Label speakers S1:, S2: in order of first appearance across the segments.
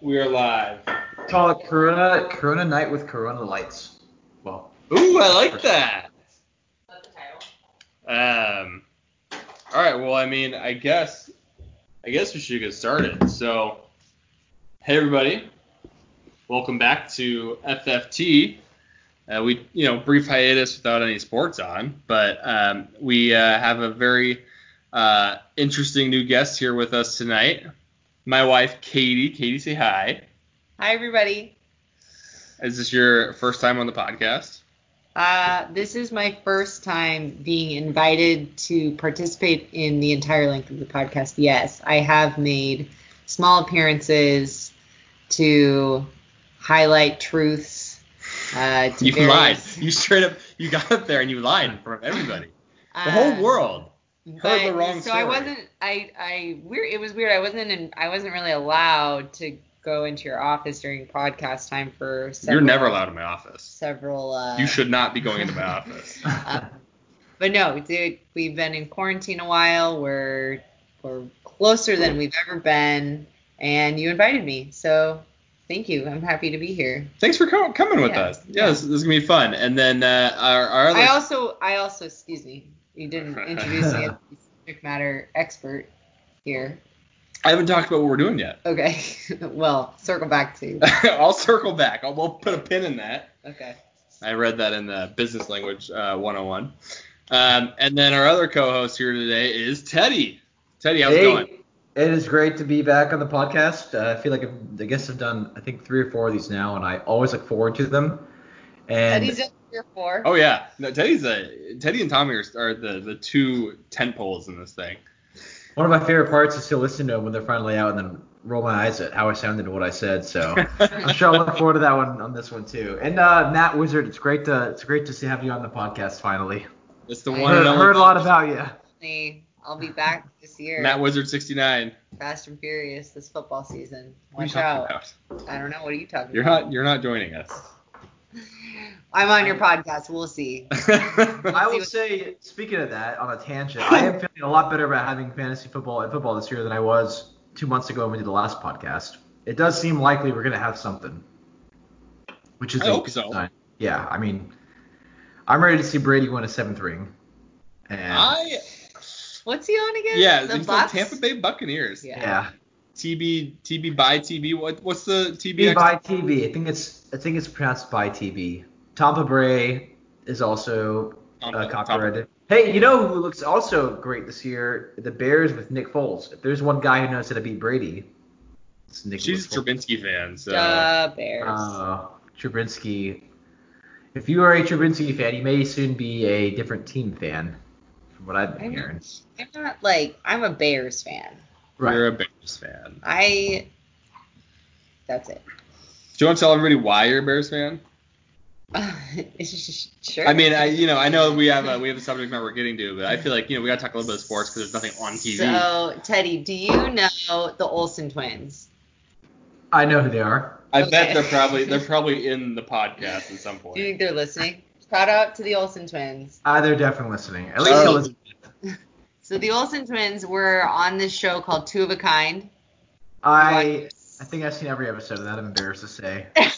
S1: We are live.
S2: Call it Corona Corona Night with Corona Lights. Well,
S1: Ooh, I like that.
S3: That's the title.
S1: Um, all right. Well, I mean, I guess, I guess we should get started. So, hey everybody, welcome back to FFT. Uh, we, you know, brief hiatus without any sports on, but um, we uh, have a very uh, interesting new guest here with us tonight. My wife, Katie. Katie, say hi.
S3: Hi, everybody.
S1: Is this your first time on the podcast?
S3: Uh, this is my first time being invited to participate in the entire length of the podcast. Yes, I have made small appearances to highlight truths. Uh, to
S1: You lied.
S3: various-
S1: You straight up. You got up there and you lied in front of everybody. The
S3: Um,
S1: whole world.
S3: but-
S1: the wrong
S3: so I
S1: story.
S3: wasn't. I I weird. It was weird. I wasn't. In, I wasn't really allowed to go into your office during podcast time for. Several,
S1: You're never allowed in my office.
S3: Several. Uh,
S1: You should not be going into my office.
S3: Um, but no, dude, we've been in quarantine a while. We're we're closer than we've ever been, and you invited me, so thank you. I'm happy to be here.
S1: Thanks for co- coming with
S3: Yeah.
S1: us. Yeah, This, this is gonna be fun. And then uh, our, our other.
S3: I also I also excuse me, you didn't introduce me as the subject matter expert here.
S1: I haven't talked about what we're doing yet.
S3: Okay, well, circle back to
S1: I'll circle back. I'll, we'll put a pin in that.
S3: okay.
S1: I read that in the business language uh, 101. Um, and then our other co-host here today is Teddy. Teddy, how's it
S2: hey,
S1: going?
S2: it is great to be back on the podcast. Uh, I feel like I've, I guess I've done I think three or four of these now, and I always look forward to them. And
S3: Eddie's up here for.
S1: Oh yeah, no, Teddy's a Teddy and Tommy are, are the the two tent poles in this thing.
S2: one of my favorite parts is to listen to them when they're finally out, and then roll my eyes at how I sounded and what I said. So I'm sure I'll look forward to that one on this one too. And uh, Matt Wizard, it's great to it's great to see have you on the podcast finally.
S1: It's the
S3: I
S1: one
S2: heard,
S1: and only
S2: heard a lot about you.
S3: I'll be back this year.
S1: Matt Wizard 69.
S3: Fast and Furious this football season.
S1: What are you
S3: Watch
S1: talking
S3: out.
S1: about?
S3: I don't know. What are you talking
S1: You're
S3: about?
S1: not you're not joining us.
S3: I'm on your podcast. We'll see.
S2: I
S3: See
S2: will
S3: what-
S2: say, speaking of that, on a tangent, I am feeling a lot better about having fantasy football and football this year than I was two months ago when we did the last podcast. It does seem likely we're going to have something, which is
S1: I
S2: a
S1: hope
S2: good
S1: so.
S2: sign. Yeah, I mean, I'm ready to see Brady win a seventh ring. And
S1: I
S3: What's he on again?
S1: yeah,
S3: the
S1: he's the
S3: Bucks?
S1: Tampa Bay Buccaneers.
S3: Yeah.
S2: yeah,
S1: TB TB by TB. What what's the TB?
S2: TB by TB. I think it's I think it's pronounced by TB. Tampa Bray is also uh, copyrighted. Hey, you know who looks also great this year? The Bears with Nick Foles. If there's one guy who knows how to beat Brady, it's Nick
S1: She's a
S2: Foles.
S1: Trubinsky fan, so
S3: The Bears.
S2: Uh, Trubinsky. If you are a Trubinsky fan, you may soon be a different team fan, from what I've been
S3: I'm-
S2: hearing.
S3: I'm not like I'm a Bears fan.
S1: you're a Bears fan.
S3: I. That's it.
S1: Do you want to tell everybody why you're a Bears fan?
S3: sure.
S1: I mean, I you know I know we have a we have a subject matter we're getting to, but I feel like you know we gotta talk a little bit of sports because there's nothing on TV.
S3: So Teddy, do you know the Olsen twins?
S2: I know who they are.
S1: I bet
S3: okay.
S1: they're probably they're probably in the podcast at some point.
S3: Do you think they're listening? Shout out to the Olsen twins.
S2: Uh, they're definitely listening. At least
S1: Oh.
S2: they'll listen.
S3: So the Olsen twins were on this show called Two of a Kind.
S2: I I think I've seen every episode of that. I'm embarrassed to say.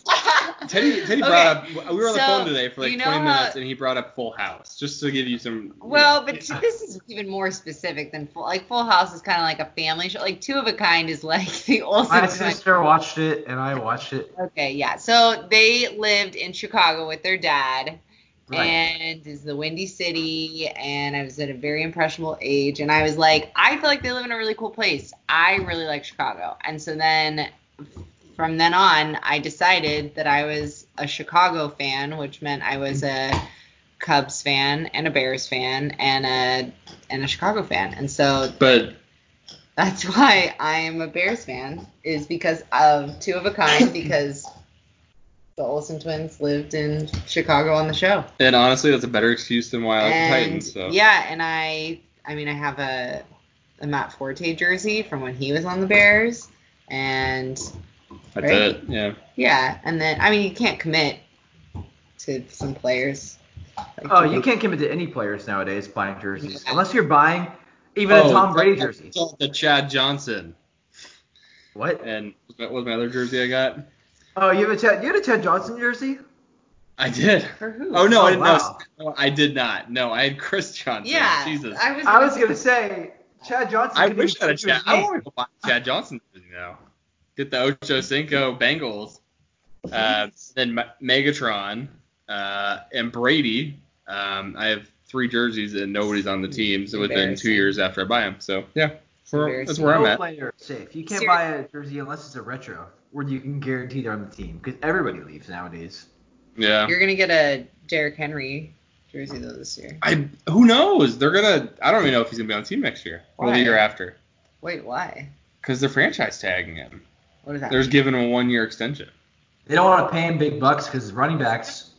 S1: Teddy, Teddy brought up. We were on the
S3: So,
S1: phone today for like
S3: you know
S1: 20
S3: how-
S1: minutes, and he brought up Full House, just to give you some.
S3: Well,
S1: you
S3: but
S1: know.
S3: this is even more specific than full. Like Full House is kind of like a family show. Like Two of a Kind is like the
S2: My
S3: Olsen twins.
S2: sister watched it, and I watched it.
S3: Okay, yeah. So they lived in Chicago with their dad,
S2: Right.
S3: and is the Windy City. And I was at a very impressionable age, and I was like, I feel like they live in a really cool place. I really like Chicago, and so then from then on, I decided that I was a Chicago fan, which meant I was a Cubs fan and a Bears fan and a and a Chicago fan, and so
S1: but
S3: that's why I am a Bears fan, is because of Two of a Kind, because the Olsen twins lived in Chicago on the show.
S1: and honestly, that's a better excuse than why I like
S3: and
S1: the Titans. So
S3: yeah, and I, I mean, I have a, a Matt Forte jersey from when he was on the Bears, and
S1: that's
S3: right.
S1: it. Yeah.
S3: yeah, and then I mean, you can't commit to some players. Like,
S2: Oh,
S3: to-
S2: you can't commit to any players nowadays buying jerseys
S3: Yeah.
S2: unless you're buying even a
S1: Oh,
S2: Tom Brady jersey.
S1: The Chad Johnson.
S2: What?
S1: And what was my other jersey I got?
S2: Oh, you have a Ted. You had a Ted Johnson jersey.
S1: I did.
S3: For who?
S1: Oh no,
S2: Oh,
S1: I didn't.
S2: wow.
S1: No, I did not. No, I had Chris Johnson.
S3: Yeah.
S1: Jesus. I,
S3: I was.
S2: I was gonna say Chad Johnson. couldn't
S1: wish I had
S2: even
S1: a
S2: think
S1: Chad.
S2: of his
S1: I
S2: name.
S1: want to buy a Chad Johnson jersey now. Get the Ocho Cinco Bengals. Uh, then Me- Megatron uh, and Brady. Um, I have three jerseys and nobody's on the team. So within two
S3: Embarrassing.
S1: years after I buy them. So yeah, that's where, that's
S3: embarrassing.
S1: where I'm
S2: Role
S1: at.
S2: player safe. You can't
S3: Seriously.
S2: buy a jersey unless it's a retro, where you can guarantee they're on the team because everybody leaves nowadays.
S1: Yeah.
S3: You're gonna get a Derrick Henry jersey though this year.
S1: I who knows? They're gonna. I don't even know if he's gonna be on the team next year or
S3: Why?
S1: the year after
S3: Wait, why?
S1: because they're franchise tagging him.
S3: What is that?
S1: They're just giving him a one year extension.
S2: They don't want to pay him big bucks because running backs.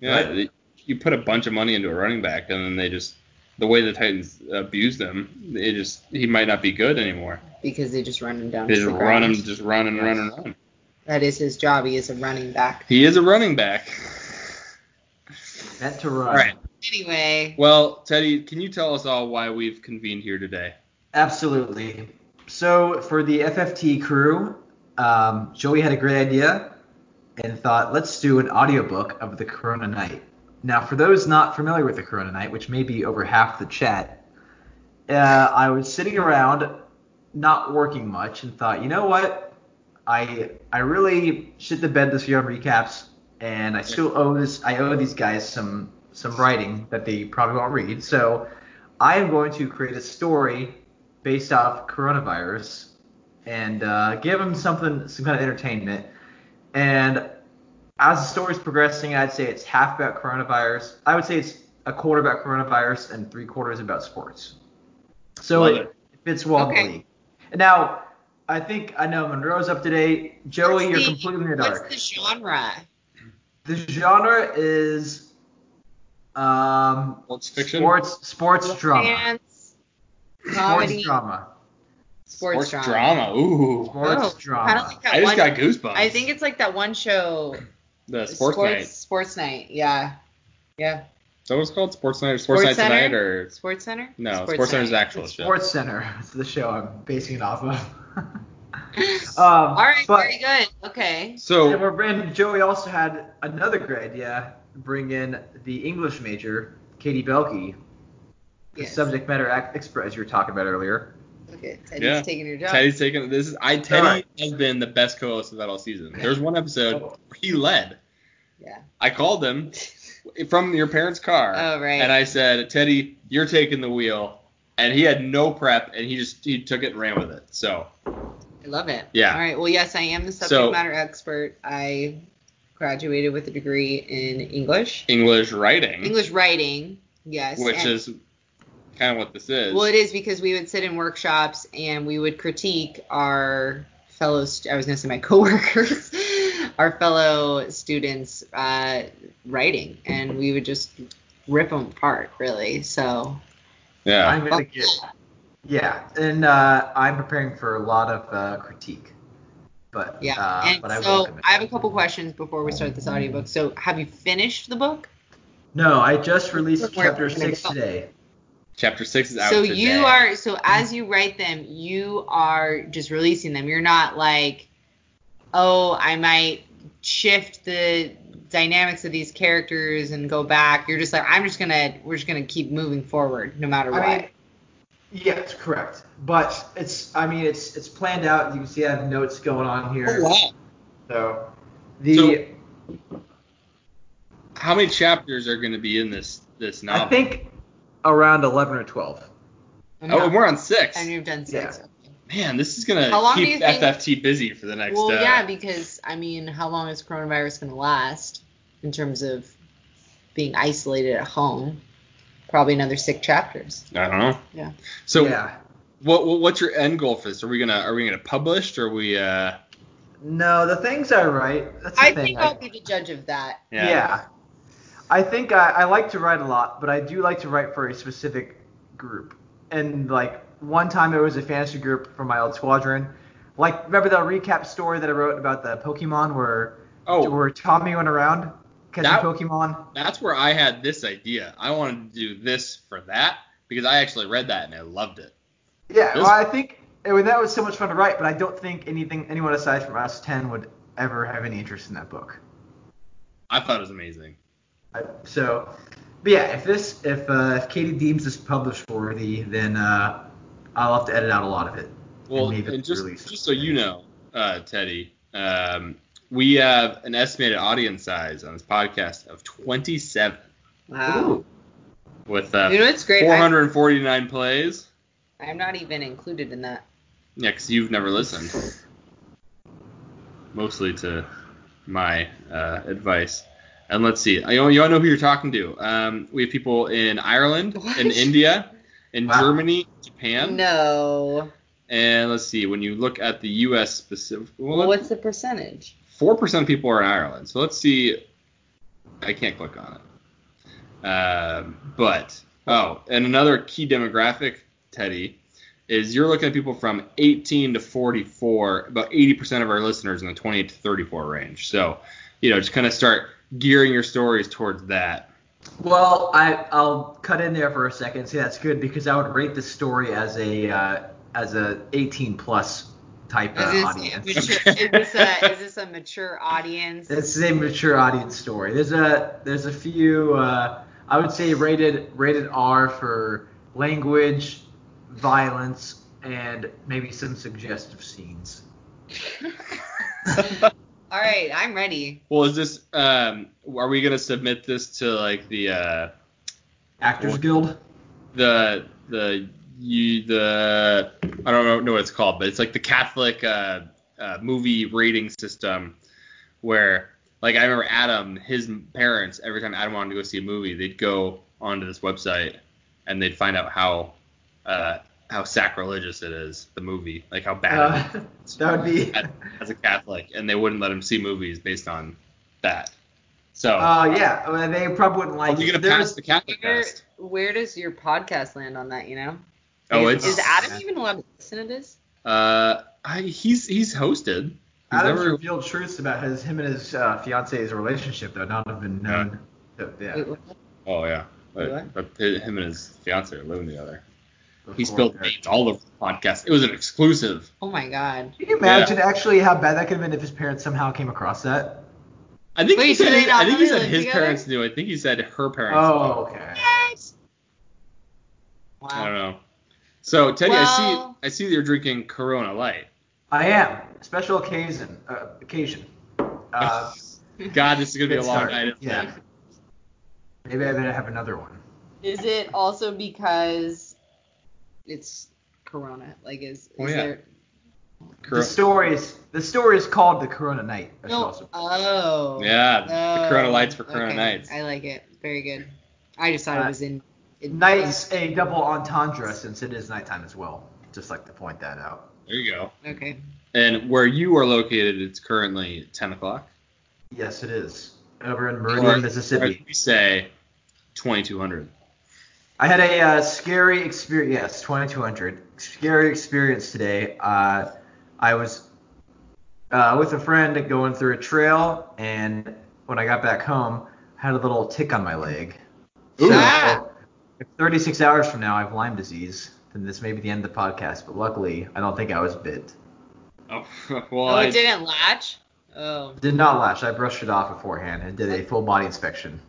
S1: Yeah,
S2: Right.
S1: th- you put a bunch of money into a running back, and then they just the way the Titans abuse them, they just he might not be good anymore.
S3: because they just run him down.
S1: They
S3: to
S1: just
S3: the
S1: run him,
S3: ground.
S1: just run and run and run.
S3: That is his job. He is a running back.
S1: He is a running back.
S2: meant to run.
S1: All right.
S3: Anyway,
S1: Well, Teddy, can you tell us all why we've convened here today?
S2: Absolutely. So for the FFT crew, um, Joey had a great idea and thought, let's do an audiobook of the Corona Night. Now, for those not familiar with the Corona Night, which may be over half the chat, uh, I was sitting around, not working much, and thought, you know what? I I really shit the bed this year on recaps, and I still owe this. I owe these guys some some writing that they probably won't read. So I am going to create a story based off coronavirus and uh, give them something, some kind of entertainment. And as the story's progressing, I'd say it's half about coronavirus. I would say it's a quarter about coronavirus and three quarters about sports. So
S1: Love
S2: it,
S1: it.
S2: fits well in
S3: Okay.
S2: the league. And Now, I think I know Monroe's up to date. Joey,
S3: What's
S2: you're
S3: the-
S2: completely in the dark.
S3: what's the genre?
S2: The genre is um,
S1: Sports fiction.
S2: sports sports drama.
S3: Romance, comedy,
S2: Sports drama.
S3: sports,
S1: Sports
S3: drama.
S1: drama. Ooh.
S2: Sports
S3: Oh,
S2: drama.
S3: I don't think that
S1: I just
S3: one.
S1: got goosebumps.
S3: I think it's like that one show.
S1: the sports, night.
S3: Sports night. Yeah. Yeah.
S1: Is that what it's called? Sports night. Sports, night
S3: Sports Center?
S1: tonight or
S3: Sports Center.
S1: no? Sports, night is the actual
S2: It's
S1: show.
S2: Sports Center. It's the show I'm basing it off of. um,
S3: All right.
S2: but-
S3: very good. Okay.
S1: So
S2: And we're brand Joey also had another great idea. Bring in the English major, Katie Belke, the
S3: Yes.
S2: subject matter ac- expert as you were talking about earlier.
S3: Look at Teddy's
S1: Yeah.
S3: taking your job.
S1: Teddy's taking this is I Teddy
S2: Alright.
S1: has been the best co-host of that all season. There's one episode
S2: Oh.
S1: where he led.
S3: Yeah.
S1: I called him from your parents' car,
S3: Oh right.
S1: and I said, "Teddy, you're taking the wheel." And he had no prep, and he just he took it and ran with it. So
S3: I love it.
S1: Yeah.
S3: All right. Well, yes, I am the subject
S1: So-
S3: matter expert. I graduated with a degree in English,
S1: English writing,
S3: English writing. Yes.
S1: Mm-hmm. which
S3: and-
S1: is kind of what this is.
S3: Well, it is because we would sit in workshops and we would critique our fellow. St- I was going to say my coworkers, our fellow students' uh, writing, and we would just rip them apart, really. So
S1: yeah.
S2: I'm gonna get. Yeah, and uh, I'm preparing for a lot of uh, critique. But
S3: yeah,
S2: uh,
S3: and
S2: but I
S3: so
S2: welcome it.
S3: I have a couple questions before we start this audiobook. So, have you finished the book?
S2: No, I just released
S3: We're-
S2: chapter six today.
S1: Chapter six is out
S3: so
S1: today.
S3: you are so as you write them you are just releasing them you're not like oh i might shift the dynamics of these characters and go back you're just like i'm just gonna we're just gonna keep moving forward no matter what
S2: I mean, yes, correct. But it's, I mean, it's it's planned out. You can see I have notes going on here.
S1: Oh, wow.
S2: So the
S1: So- How many chapters are going to be in this this novel?
S2: I think around eleven or twelve.
S3: I'm
S1: Oh,
S3: not-
S1: and we're on six.
S3: and you've done six Okay.
S1: Man, this is gonna
S3: How long do you
S1: keep
S3: think-
S1: FFT busy for the next.
S3: well
S1: uh,
S3: yeah because i mean how long is coronavirus gonna last in terms of being isolated at home probably another six chapters
S1: I don't know.
S3: Yeah.
S1: So
S2: yeah,
S1: what, what what's your end goal for this? Are we gonna are we gonna publish? Or are we? Uh,
S2: no, the things I write. That's the
S3: i
S2: thing.
S3: think
S2: I-
S3: i'll be the judge of that
S2: yeah. I think I, I like to write a lot, but I do like to write for a specific group. And like one time, it was a fantasy group from my old squadron. Like remember that recap story that I wrote about the Pokemon where
S1: Oh,
S2: where Tommy went around catching
S1: That-
S2: Pokemon?
S1: that's where I had this idea. I wanted to do this for that because I actually read that and I loved it.
S2: Yeah,
S1: This-
S2: well, I think I mean, that was so much fun to write, but I don't think anything anyone aside from us ten would ever have any interest in that book.
S1: I thought it was amazing.
S2: I, so, but yeah, if this if uh, if Katie deems this published worthy, then uh, I'll have to edit out a lot of it.
S1: Well,
S2: leave
S1: and,
S2: it
S1: just
S2: released.
S1: just so you know, uh, Teddy, um, we have an estimated audience size on this podcast of 27
S3: Wow.
S2: Ooh.
S1: with uh,
S3: You know what's great? I,
S1: 449 plays.
S3: I'm not even included in that.
S1: Yeah, 'cause you've never listened. Mostly to my uh, advice. And let's see. You all, you all know who you're talking to. Um, we have people in Ireland, in
S3: What?
S1: India, in
S2: Wow.
S1: Germany, Japan.
S3: No.
S1: And let's see. When you look at the U.S. specific,
S3: Well,
S1: well,
S3: what's the percentage?
S1: four percent of people are in Ireland. So let's see. I can't click on it. Um, but oh, and another key demographic, Teddy, is you're looking at people from 18 to 44. About 80% of our listeners in the 28 to 34 range. So, you know, just kind of start gearing your stories towards that.
S2: Well, I I'll cut in there for a second. See, that's good because I would rate this story as a uh, as a 18 plus type uh,
S3: Is this,
S2: audience.
S3: mature, is, this a, is this a mature audience?
S2: It's a mature audience story. There's a there's a few uh, I would say rated rated R for language, violence, and maybe some suggestive scenes.
S3: All right, I'm ready.
S1: well, is this? Um, are we gonna submit this to like the? Uh,
S2: Actors
S1: Well-
S2: Guild.
S1: the the you the I don't know what it's called, but it's like the Catholic uh, uh, movie rating system where like I remember Adam, his parents, every time Adam wanted to go see a movie, they'd go onto this website and they'd find out how uh, how sacrilegious it is the movie, like how bad it is
S2: Uh, that would be.
S1: As- as a Catholic, and they wouldn't let him see movies based on that. So
S2: Uh, yeah, well, they probably wouldn't like.
S1: Oh. are we gonna
S2: there
S1: pass
S2: was-
S1: the Catholic
S3: Where,
S1: test?
S3: where does your podcast land on that, you know?
S1: Oh,
S3: is,
S1: it's
S3: is Adam even allowed to listen to this?
S1: Uh, I, he's he's hosted. He's
S2: Adam's
S1: never-
S2: revealed truths about his him and his uh, fiance's relationship that would not have been known. So, yeah,
S3: Wait, what?
S1: oh yeah, but,
S3: What?
S1: but him and his fiance are living together. He
S2: before
S1: spilled
S2: that.
S1: names all over the podcast. It was an exclusive.
S3: Oh my god.
S2: Can you imagine actually how bad that could have been if his parents somehow came across that?
S1: I think he
S3: Wait, so
S1: said
S3: they not
S1: I think he
S3: really
S1: said
S3: live
S1: his
S3: together?
S1: parents knew. I think he said her parents. knew.
S2: Oh, okay.
S1: I don't
S3: Wow.
S1: know. So Teddy,
S3: Well-
S1: I see I see that you're drinking Corona Light.
S2: I am special occasion. Uh, occasion. Uh,
S1: God, this is gonna be a
S2: good
S1: long
S2: start.
S1: night. isn't
S2: Yeah.
S1: it?
S2: Maybe I better have another one.
S3: Is it also because it's Corona? Like, is, is
S1: Oh, yeah.
S3: there?
S2: The
S1: Cor-
S2: story is the story is called the Corona Night. I should
S3: No.
S2: also-
S3: Oh.
S1: yeah, the
S3: Oh,
S1: Corona Lights for Corona
S3: okay.
S1: Nights.
S3: I like it. Very good. I just thought
S2: Uh,
S3: it was in. It,
S2: Night is a double entendre since it is nighttime as well. Just like to point that out.
S1: There you go.
S3: Okay.
S1: And where you are located, it's currently 10 o'clock.
S2: Yes, it is over in
S1: Or- or
S2: Meridian, Mississippi.
S1: We say 2200.
S2: I had a uh, scary experience. Yes, 2200. Scary experience today. Uh, I was uh, with a friend going through a trail, and when I got back home, I had a little tick on my leg.
S1: Ooh.
S2: So,
S3: Ah!
S2: if 36 hours from now I have Lyme disease, then this may be the end of the podcast. But luckily, I don't think I was bit.
S1: Oh, well,
S3: oh,
S1: I,
S3: it didn't latch. Oh.
S2: Did not lash. I brushed it off beforehand and did a full body inspection.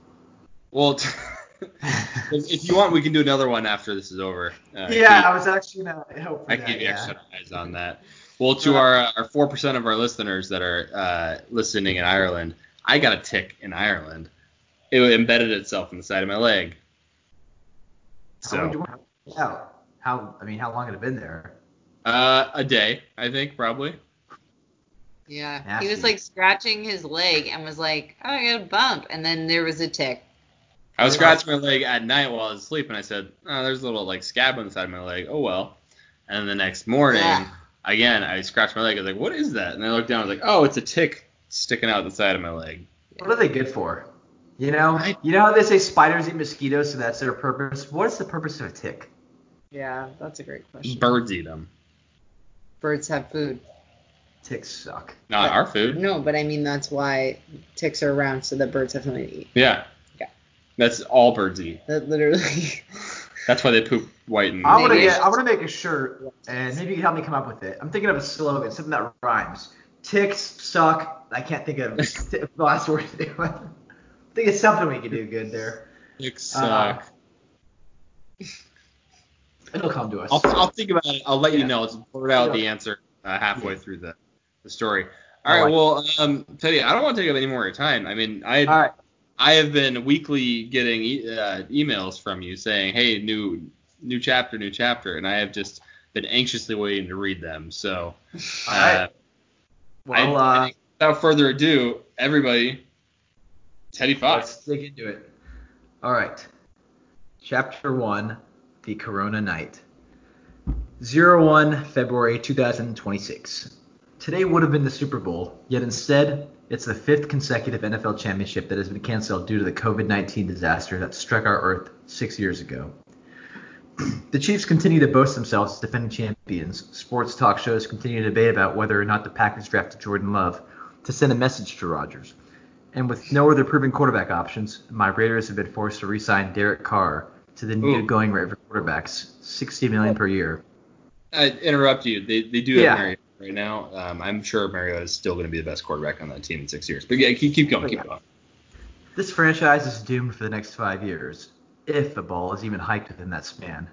S1: well, t- if if you want, we can do another one after this is over. Uh,
S2: yeah, I
S1: keep-
S2: was actually gonna help
S1: I
S2: with
S1: keep
S2: that. Yeah.
S1: extra eyes on that. Well, to our uh, our four percent of our listeners that are uh, listening in Ireland, I got a tick in Ireland. It embedded itself in the side of my leg.
S2: How, would
S1: So,
S2: you- how, how? I mean, how long had it been there?
S1: uh, a day, I think, probably.
S3: Yeah.
S2: Nasty.
S3: He was like scratching his leg and was like, oh, I got a bump. And then there was a tick.
S1: I was scratching my leg at night while I was asleep, and I said, "Oh, there's a little like scab on the side of my leg. Oh well." And then the next morning,
S3: Yeah.
S1: again, I scratched my leg. I was like, "What is that?" And I looked down. I was like, "Oh, it's a tick sticking out the side of my leg."
S2: What are they good for? You know,
S1: I-
S2: you know how they say spiders eat mosquitoes, so that's their purpose. What is the purpose of a tick?
S3: Yeah, that's a great question.
S1: Birds eat them,
S3: Birds have food.
S2: Ticks suck.
S1: not our food.
S3: No, but I mean that's why ticks are around so that birds have something to eat.
S1: Yeah.
S3: Yeah.
S1: That's all birds eat.
S3: That literally.
S1: That's why they poop white and.
S2: I want to
S3: Maybe I
S2: get.
S3: should-
S2: I want to make a shirt, and maybe you can help me come up with it. I'm thinking of a slogan, something that rhymes. Ticks suck. I can't think of the last word to do. I think it's something we could do good there.
S1: Dicks
S2: Uh,
S1: suck.
S2: It'll come to us.
S1: I'll, I'll think about it. I'll let you
S2: Yeah.
S1: know. It's blurred out
S2: Yeah.
S1: the answer uh, halfway through the, the story.
S2: I
S1: All right.
S2: like
S1: Well, um, Teddy, I don't want to take up any more of your time. I mean, I
S2: All right.
S1: I have been weekly getting e- uh, emails from you saying, "Hey, new new chapter, new chapter," and I have just been anxiously waiting to read them. So, uh,
S2: All right. Well,
S1: I- I
S2: uh,
S1: think without further ado, everybody, Teddy Fox.
S2: let's dig into it. All right. Chapter 1 The Corona Night. 01 February 2026. Today would have been the Super Bowl, yet instead, it's the fifth consecutive NFL championship that has been canceled due to the COVID 19 disaster that struck our Earth six years ago. The Chiefs continue to boast themselves as defending champions. Sports talk shows continue to debate about whether or not the Packers drafted Jordan Love to send a message to Rodgers. And with no other proven quarterback options, my Raiders have been forced to re-sign Derek Carr to the new
S1: Ooh.
S2: going rate for quarterbacks, sixty million per year.
S1: I interrupt you. They, they do have
S2: Yeah.
S1: Mariota right now. Um, I'm sure Mariota is still going to be the best quarterback on that team in six years. But yeah, keep, keep going, keep going.
S2: This franchise is doomed for the next five years, if the ball is even hiked within that span.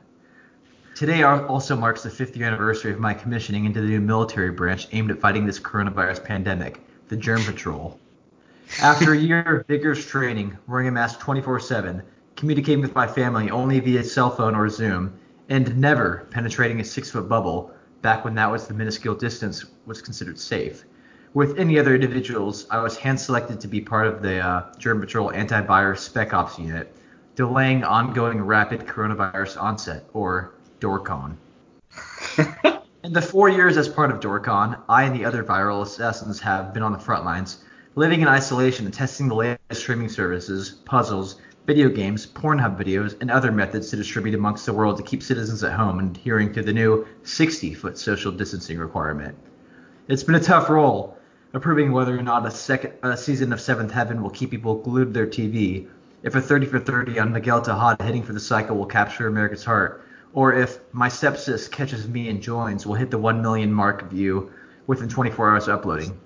S2: Today al- also marks the fifth year anniversary of my commissioning into the new military branch aimed at fighting this coronavirus pandemic, the Germ Patrol. After a year of vigorous training, wearing a mask 24 7, communicating with my family only via cell phone or Zoom, and never penetrating a six foot bubble, back when that was the minuscule distance was considered safe. With any other individuals, I was hand selected to be part of the uh, Germ Patrol Antivirus Spec Ops unit, delaying ongoing rapid coronavirus onset, or DORCON. In the four years as part of DORCON, I and the other viral assassins have been on the front lines, living in isolation and testing the latest streaming services, puzzles, video games, Pornhub videos, and other methods to distribute amongst the world to keep citizens at home and adhering to the new 60 foot social distancing requirement. It's been a tough role, approving whether or not a second a season of Seventh Heaven will keep people glued to their TV, if a 30 for 30 on Miguel Tejada hitting for the cycle will capture America's heart, or if My Sepsis Catches Me and Joins will hit the 1 million mark view within 24 hours of uploading.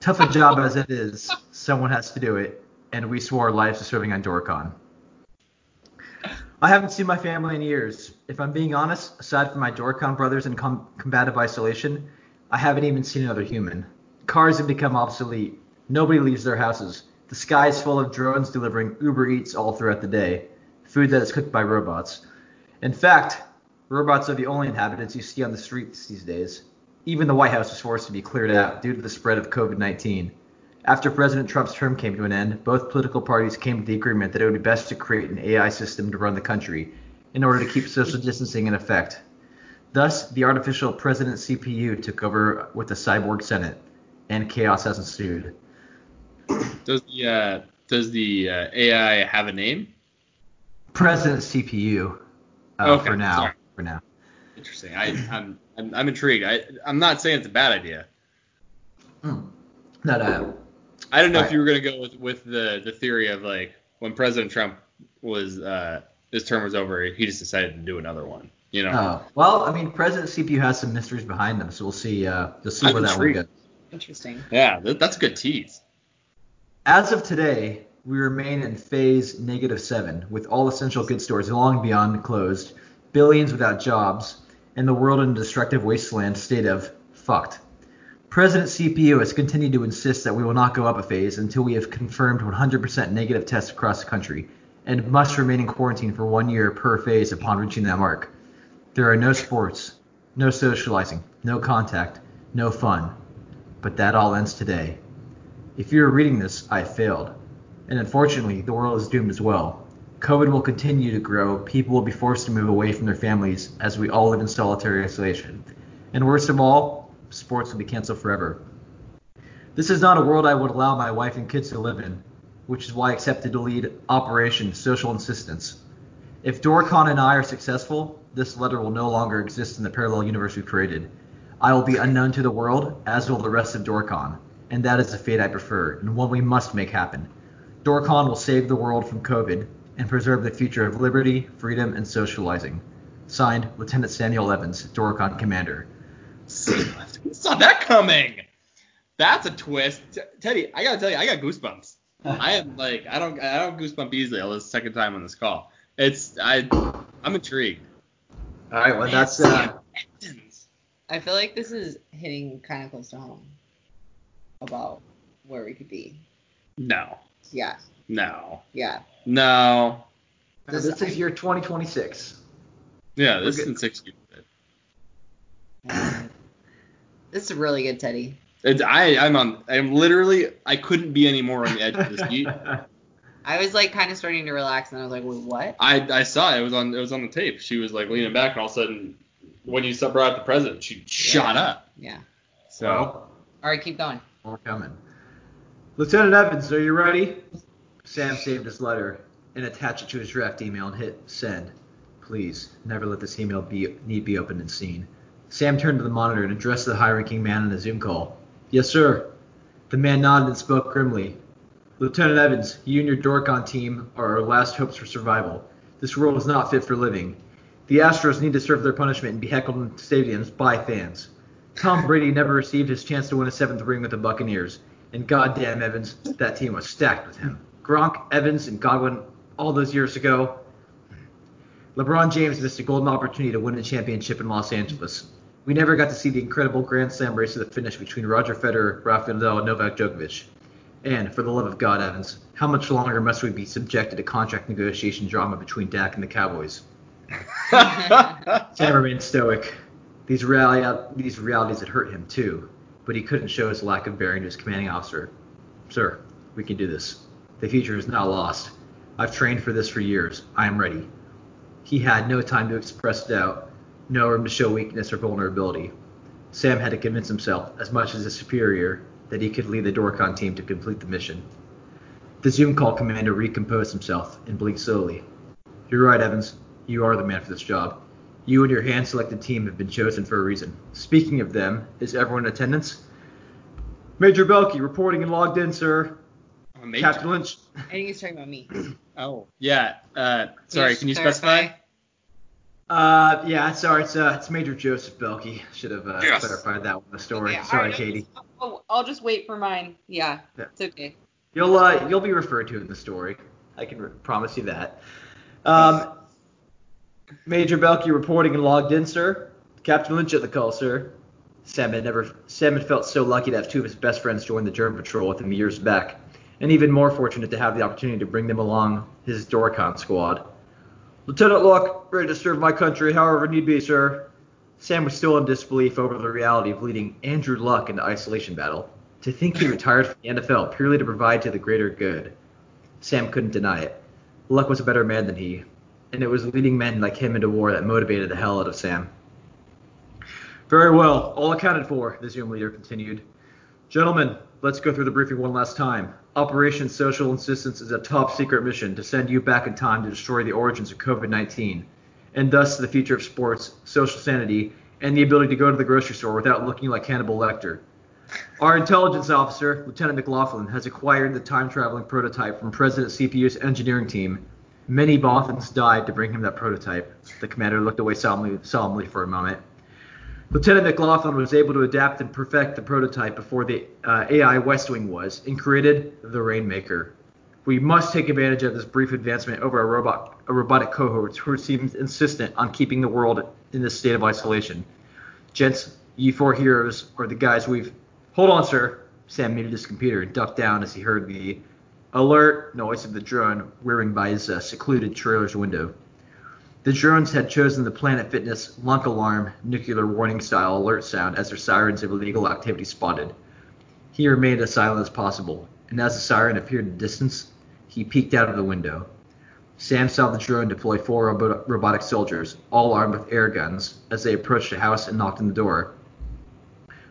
S2: Tough a job as it is, someone has to do it, and we swore our lives to serving on Dorcon. I haven't seen my family in years. If I'm being honest, aside from my Dorcon brothers in com- combative isolation, I haven't even seen another human. Cars have become obsolete. Nobody leaves their houses. The sky is full of drones delivering Uber Eats all throughout the day, food that is cooked by robots. In fact, robots are the only inhabitants you see on the streets these days. Even the White House was forced to be cleared out due to the spread of COVID 19. After President Trump's term came to an end, both political parties came to the agreement that it would be best to create an AI system to run the country in order to keep social distancing in effect. Thus, the artificial president CPU took over with the cyborg Senate, and chaos has ensued.
S1: Does the uh, does the uh, AI have a name?
S2: President CPU uh,
S1: Okay,
S2: for now.
S1: sorry.
S2: For now.
S1: Interesting. I, I'm, I'm I'm intrigued. I I'm not saying it's a bad idea.
S2: Mm. Not uh,
S1: I don't know if
S2: Right.
S1: you were gonna go with, with the, the theory of like when President Trump was uh, his term was over, he just decided to do another one. You know.
S2: oh. Well, I mean, President CPU has some mysteries behind them, so we'll see. Uh, we'll see
S1: I'm
S2: where that one goes.
S1: intrigued.
S3: Interesting.
S1: yeah, that, that's a good tease.
S2: As of today, we remain in phase negative seven, with all essential goods stores long beyond closed, billions without jobs, and the world in a destructive wasteland state of fucked. President CPU has continued to insist that we will not go up a phase until we have confirmed 100% negative tests across the country and must remain in quarantine for one year per phase upon reaching that mark. There are no sports, no socializing, no contact, no fun. But that all ends today. If you're reading this, I failed. And unfortunately, the world is doomed as well. COVID will continue to grow. People will be forced to move away from their families as we all live in solitary isolation. And worst of all, sports will be canceled forever. This is not a world I would allow my wife and kids to live in, which is why I accepted to lead Operation Social Insistence. If Dorcon and I are successful, this letter will no longer exist in the parallel universe we created. I will be unknown to the world, as will the rest of Dorcon, and that is a fate I prefer, and one we must make happen. Dorcon will save the world from COVID, and preserve the future of liberty, freedom, and socializing. Signed, Lieutenant Samuel Evans, Doricon Commander.
S1: Saw that coming. That's a twist, T- Teddy. I gotta tell you, I got goosebumps. I am like, I don't, I don't goosebump easily. This is the second time on this call. It's, I, I'm intrigued.
S2: All right, well, that's uh,
S3: I feel like this is hitting kind of close to home about where we could be.
S1: No,
S3: Yeah,
S1: no,
S3: yeah.
S1: no.
S2: this is year 2026.
S1: Yeah, this
S2: We're
S1: is
S2: good.
S1: in six years.
S3: This is really good, Teddy.
S1: It's, I, I'm on. I'm literally. I couldn't be any more on the edge of this seat.
S3: I was like kind of starting to relax, and I was like, wait, what?
S1: I, I saw it. it was on. It was on the tape. She was like leaning back, and all of a sudden, when you brought up the president, she shot up.
S3: Yeah.
S1: So
S2: well,
S3: All right, keep going.
S2: we're coming. Lieutenant Evans, are you ready? Sam saved his letter and attached it to his draft email and hit send. Please, never let this email be need be opened and seen. Sam turned to the monitor and addressed the high-ranking man on a Zoom call. Yes, sir. The man nodded and spoke grimly. Lieutenant Evans, you and your Dorcon team are our last hopes for survival. This world is not fit for living. The Astros need to serve their punishment and be heckled in stadiums by fans. Tom Brady never received his chance to win a seventh ring with the Buccaneers. And goddamn Evans, that team was stacked with him. Gronk, Evans, and Godwin all those years ago. LeBron James missed a golden opportunity to win a championship in Los Angeles. We never got to see the incredible Grand Slam race to the finish between Roger Federer, Rafael Nadal, and Novak Djokovic. And for the love of God, Evans, how much longer must we be subjected to contract negotiation drama between Dak and the Cowboys? Sam remained stoic. These, reali- these realities had hurt him too, but he couldn't show his lack of bearing to his commanding officer. Sir, we can do this. The future is not lost. I've trained for this for years. I am ready. He had no time to express doubt, no room to show weakness or vulnerability. Sam had to convince himself, as much as his superior, that he could lead the Dorcon team to complete the mission. The Zoom call commander recomposed himself and blinked slowly. You're right, Evans. You are the man for this job. You and your hand selected team have been chosen for a reason. Speaking of them, is everyone in attendance? Major Belkey reporting and logged in, sir.
S1: I'm amazed.
S2: Captain Lynch.
S3: I think he's talking about me.
S1: Oh yeah. Uh, sorry.
S3: Just
S1: Can you
S3: clarify.
S1: specify?
S2: Uh, yeah, sorry, it's uh, it's Major Joseph Belkey. Should have uh,
S1: Yes.
S2: clarified that one in the story.
S3: Okay, all
S2: sorry,
S3: right, I'll
S2: Katie.
S3: just- oh, I'll just wait for mine. Yeah,
S2: Yeah.
S3: it's okay.
S2: You'll uh, you'll be referred to in the story. I can re- promise you that. Um, Major Belkey reporting and logged in, sir. Captain Lynch at the call, sir. Sam had never Sam had felt so lucky to have two of his best friends join the German patrol with him years back, and even more fortunate to have the opportunity to bring them along his Doricon squad. Lieutenant Locke, ready to serve my country however need be, sir. Sam was still in disbelief over the reality of leading Andrew Luck into isolation battle. To think he retired from the NFL purely to provide to the greater good. Sam couldn't deny it. Luck was a better man than he, and it was leading men like him into war that motivated the hell out of Sam. Very well, all accounted for, the Zoom leader continued. Gentlemen, let's go through the briefing one last time. Operation Social Insistence is a top secret mission to send you back in time to destroy the origins of COVID 19, and thus the future of sports, social sanity, and the ability to go to the grocery store without looking like Hannibal Lecter. Our intelligence officer, Lieutenant McLaughlin, has acquired the time traveling prototype from President CPU's engineering team. Many Bothans died to bring him that prototype. The commander looked away solemnly, solemnly for a moment. Lieutenant McLaughlin was able to adapt and perfect the prototype before the uh, AI West Wing was, and created the Rainmaker. We must take advantage of this brief advancement over our robot, a robotic cohorts who seem insistent on keeping the world in this state of isolation. Gents, you four heroes are the guys we've. Hold on, sir. Sam muted his computer and ducked down as he heard the alert noise of the drone whirring by his uh, secluded trailer's window. The drones had chosen the Planet Fitness lunk alarm nuclear warning style alert sound as their sirens of illegal activity spotted. He remained as silent as possible, and as the siren appeared in the distance, he peeked out of the window. Sam saw the drone deploy four robo- robotic soldiers, all armed with air guns, as they approached the house and knocked on the door.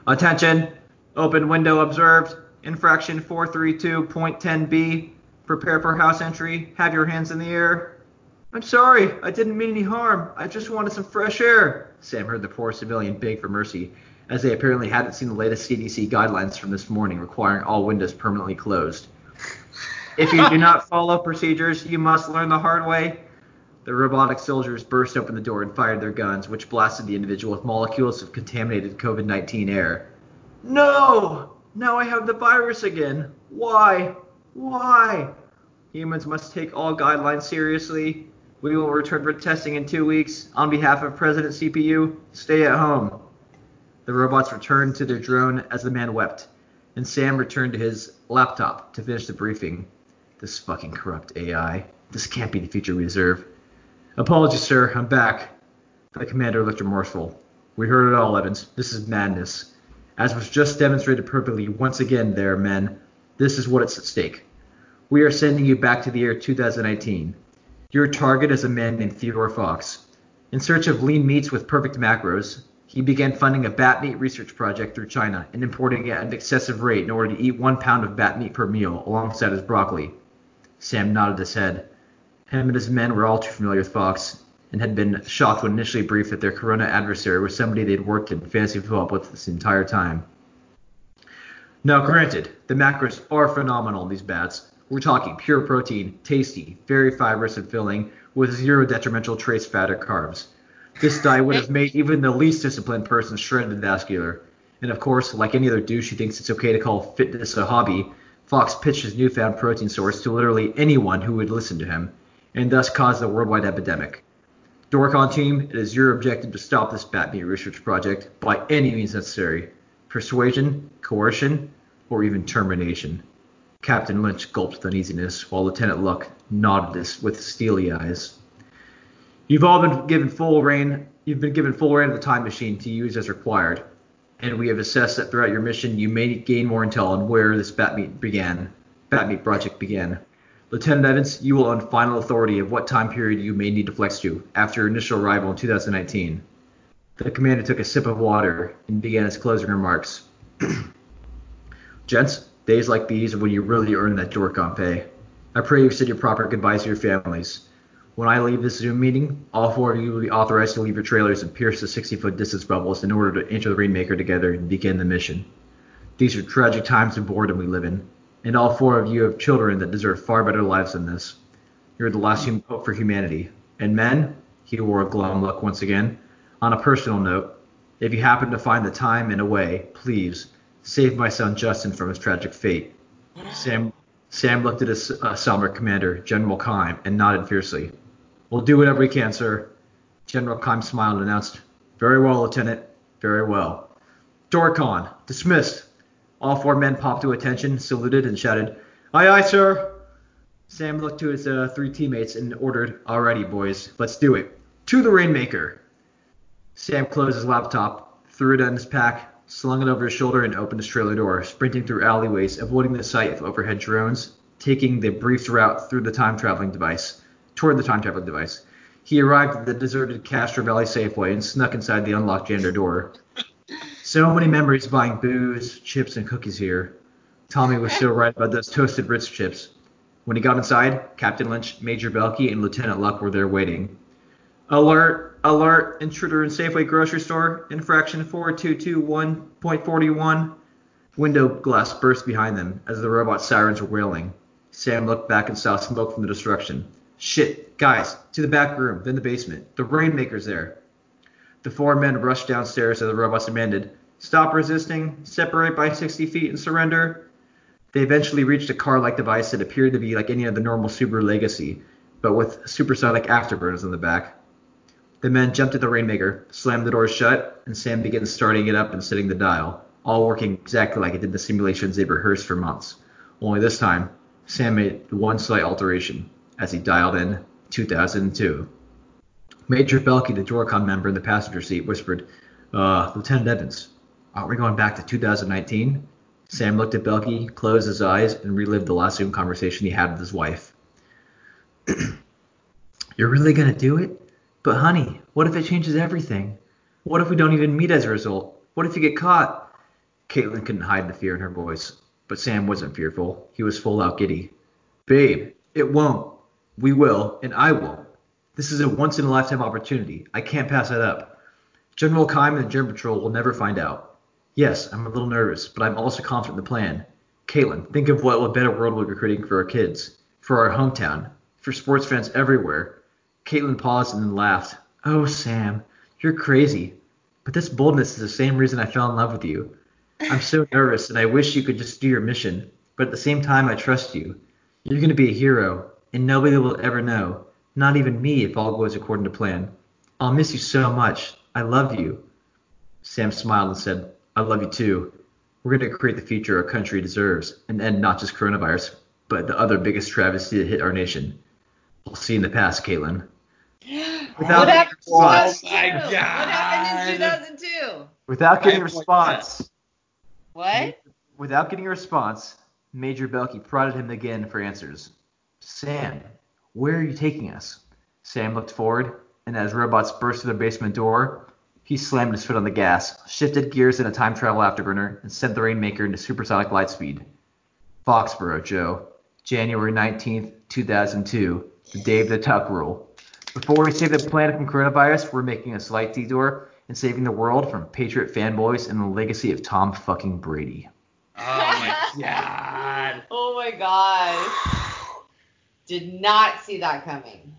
S2: Attention! Open window observed. Infraction 432.10b. Prepare for house entry. Have your hands in the air. I'm sorry, I didn't mean any harm. I just wanted some fresh air. Sam heard the poor civilian beg for mercy, as they apparently hadn't seen the latest CDC guidelines from this morning requiring all windows permanently closed. If you do not follow procedures, you must learn the hard way. The robotic soldiers burst open the door and fired their guns, which blasted the individual with molecules of contaminated COVID 19 air. No! Now I have the virus again. Why? Why? Humans must take all guidelines seriously. We will return for testing in two weeks. On behalf of President CPU, stay at home. The robots returned to their drone as the man wept, and Sam returned to his laptop to finish the briefing. This fucking corrupt AI. This can't be the future we deserve. Apologies, sir. I'm back. The commander looked remorseful. We heard it all, Evans. This is madness. As was just demonstrated perfectly once again there, men, this is what is at stake. We are sending you back to the year 2018. Your target is a man named Theodore Fox. In search of lean meats with perfect macros, he began funding a bat meat research project through China and importing it at an excessive rate in order to eat one pound of bat meat per meal alongside his broccoli. Sam nodded his head. Him and his men were all too familiar with Fox and had been shocked when initially briefed that their Corona adversary was somebody they'd worked in fancy football with this entire time. Now, granted, the macros are phenomenal in these bats. We're talking pure protein, tasty, very fibrous and filling, with zero detrimental trace fat or carbs. This diet would have made even the least disciplined person shredded and vascular. And of course, like any other douche who thinks it's okay to call fitness a hobby, Fox pitched his newfound protein source to literally anyone who would listen to him, and thus caused a worldwide epidemic. Dorcon team, it is your objective to stop this bat meat research project by any means necessary persuasion, coercion, or even termination. Captain Lynch gulped with uneasiness, while Lieutenant Luck nodded his, with steely eyes. You've all been given full reign. You've been given full reign of the time machine to use as required, and we have assessed that throughout your mission, you may gain more intel on where this Batmeat began. Batmeat project began. Lieutenant Evans, you will own final authority of what time period you may need to flex to after your initial arrival in 2019. The commander took a sip of water and began his closing remarks. Gents, days like these are when you really earn that dork on pay. I pray you said your proper goodbyes to your families. When I leave this Zoom meeting, all four of you will be authorized to leave your trailers and pierce the 60 foot distance bubbles in order to enter the Rainmaker together and begin the mission. These are tragic times of boredom we live in, and all four of you have children that deserve far better lives than this. You're the last hum- hope for humanity. And men, he wore a glum look once again. On a personal note, if you happen to find the time and a way, please save my son Justin from his tragic fate. Sam Sam looked at his uh, Salmer commander, General Kime, and nodded fiercely. We'll do whatever we can, sir. General Kime smiled and announced, Very well, Lieutenant. Very well. Dorcon, dismissed. All four men popped to attention, saluted, and shouted, Aye, aye, sir. Sam looked to his uh, three teammates and ordered, Alrighty, boys, let's do it. To the Rainmaker. Sam closed his laptop, threw it on his pack, slung it over his shoulder, and opened his trailer door, sprinting through alleyways, avoiding the sight of overhead drones, taking the brief route through the time traveling device, toward the time traveling device. He arrived at the deserted Castro Valley Safeway and snuck inside the unlocked janitor door. So many memories buying booze, chips, and cookies here. Tommy was so right about those toasted Ritz chips. When he got inside, Captain Lynch, Major Belkey, and Lieutenant Luck were there waiting. Alert! Alert! Intruder in Safeway grocery store. Infraction 4221.41. Window glass burst behind them as the robot sirens were wailing. Sam looked back and saw smoke from the destruction. Shit, guys, to the back room, then the basement. The Rainmaker's there. The four men rushed downstairs as the robots demanded, Stop resisting, separate by 60 feet, and surrender. They eventually reached a car like device that appeared to be like any of the normal Subaru Legacy, but with supersonic afterburners on the back. The men jumped at the Rainmaker, slammed the door shut, and Sam began starting it up and setting the dial, all working exactly like it did the simulations they'd rehearsed for months. Only this time, Sam made one slight alteration as he dialed in 2002. Major Belkey, the Dorcon member in the passenger seat, whispered, uh, Lieutenant Evans, aren't we going back to 2019? Sam looked at Belkey, closed his eyes, and relived the last Zoom conversation he had with his wife. You're really going to do it? But, honey, what if it changes everything? What if we don't even meet as a result? What if you get caught? Caitlin couldn't hide the fear in her voice, but Sam wasn't fearful. He was full out giddy. Babe, it won't. We will, and I will. This is a once in a lifetime opportunity. I can't pass that up. General Kime and the Germ Patrol will never find out. Yes, I'm a little nervous, but I'm also confident in the plan. Kalen, think of what a better world we'll be creating for our kids, for our hometown, for sports fans everywhere. Caitlin paused and then laughed. Oh, Sam, you're crazy. But this boldness is the same reason I fell in love with you. I'm so nervous, and I wish you could just do your mission. But at the same time, I trust you. You're going to be a hero, and nobody will ever know. Not even me, if all goes according to plan. I'll miss you so much. I love you. Sam smiled and said, I love you too. We're going to create the future our country deserves and end not just coronavirus, but the other biggest travesty that hit our nation. We'll see you in the past, Caitlin.
S3: what
S2: Without,
S3: happened in
S1: Oh my
S3: 2002? What happened in
S1: God.
S3: 2002?
S2: without getting a
S1: I am like
S2: response,
S3: What?
S2: without getting a response, Major Belkey prodded him again for answers. Sam, where are you taking us? Sam looked forward, and as robots burst through the basement door, he slammed his foot on the gas, shifted gears in a time travel afterburner, and sent the Rainmaker into supersonic light speed. Foxborough, Joe, January 19th, 2002, the day of the Tuck Rule. Before we save the planet from coronavirus, we're making a slight detour and saving the world from Patriot fanboys and the legacy of Tom fucking Brady.
S1: Oh my god.
S3: Oh my gosh. Did not see that coming.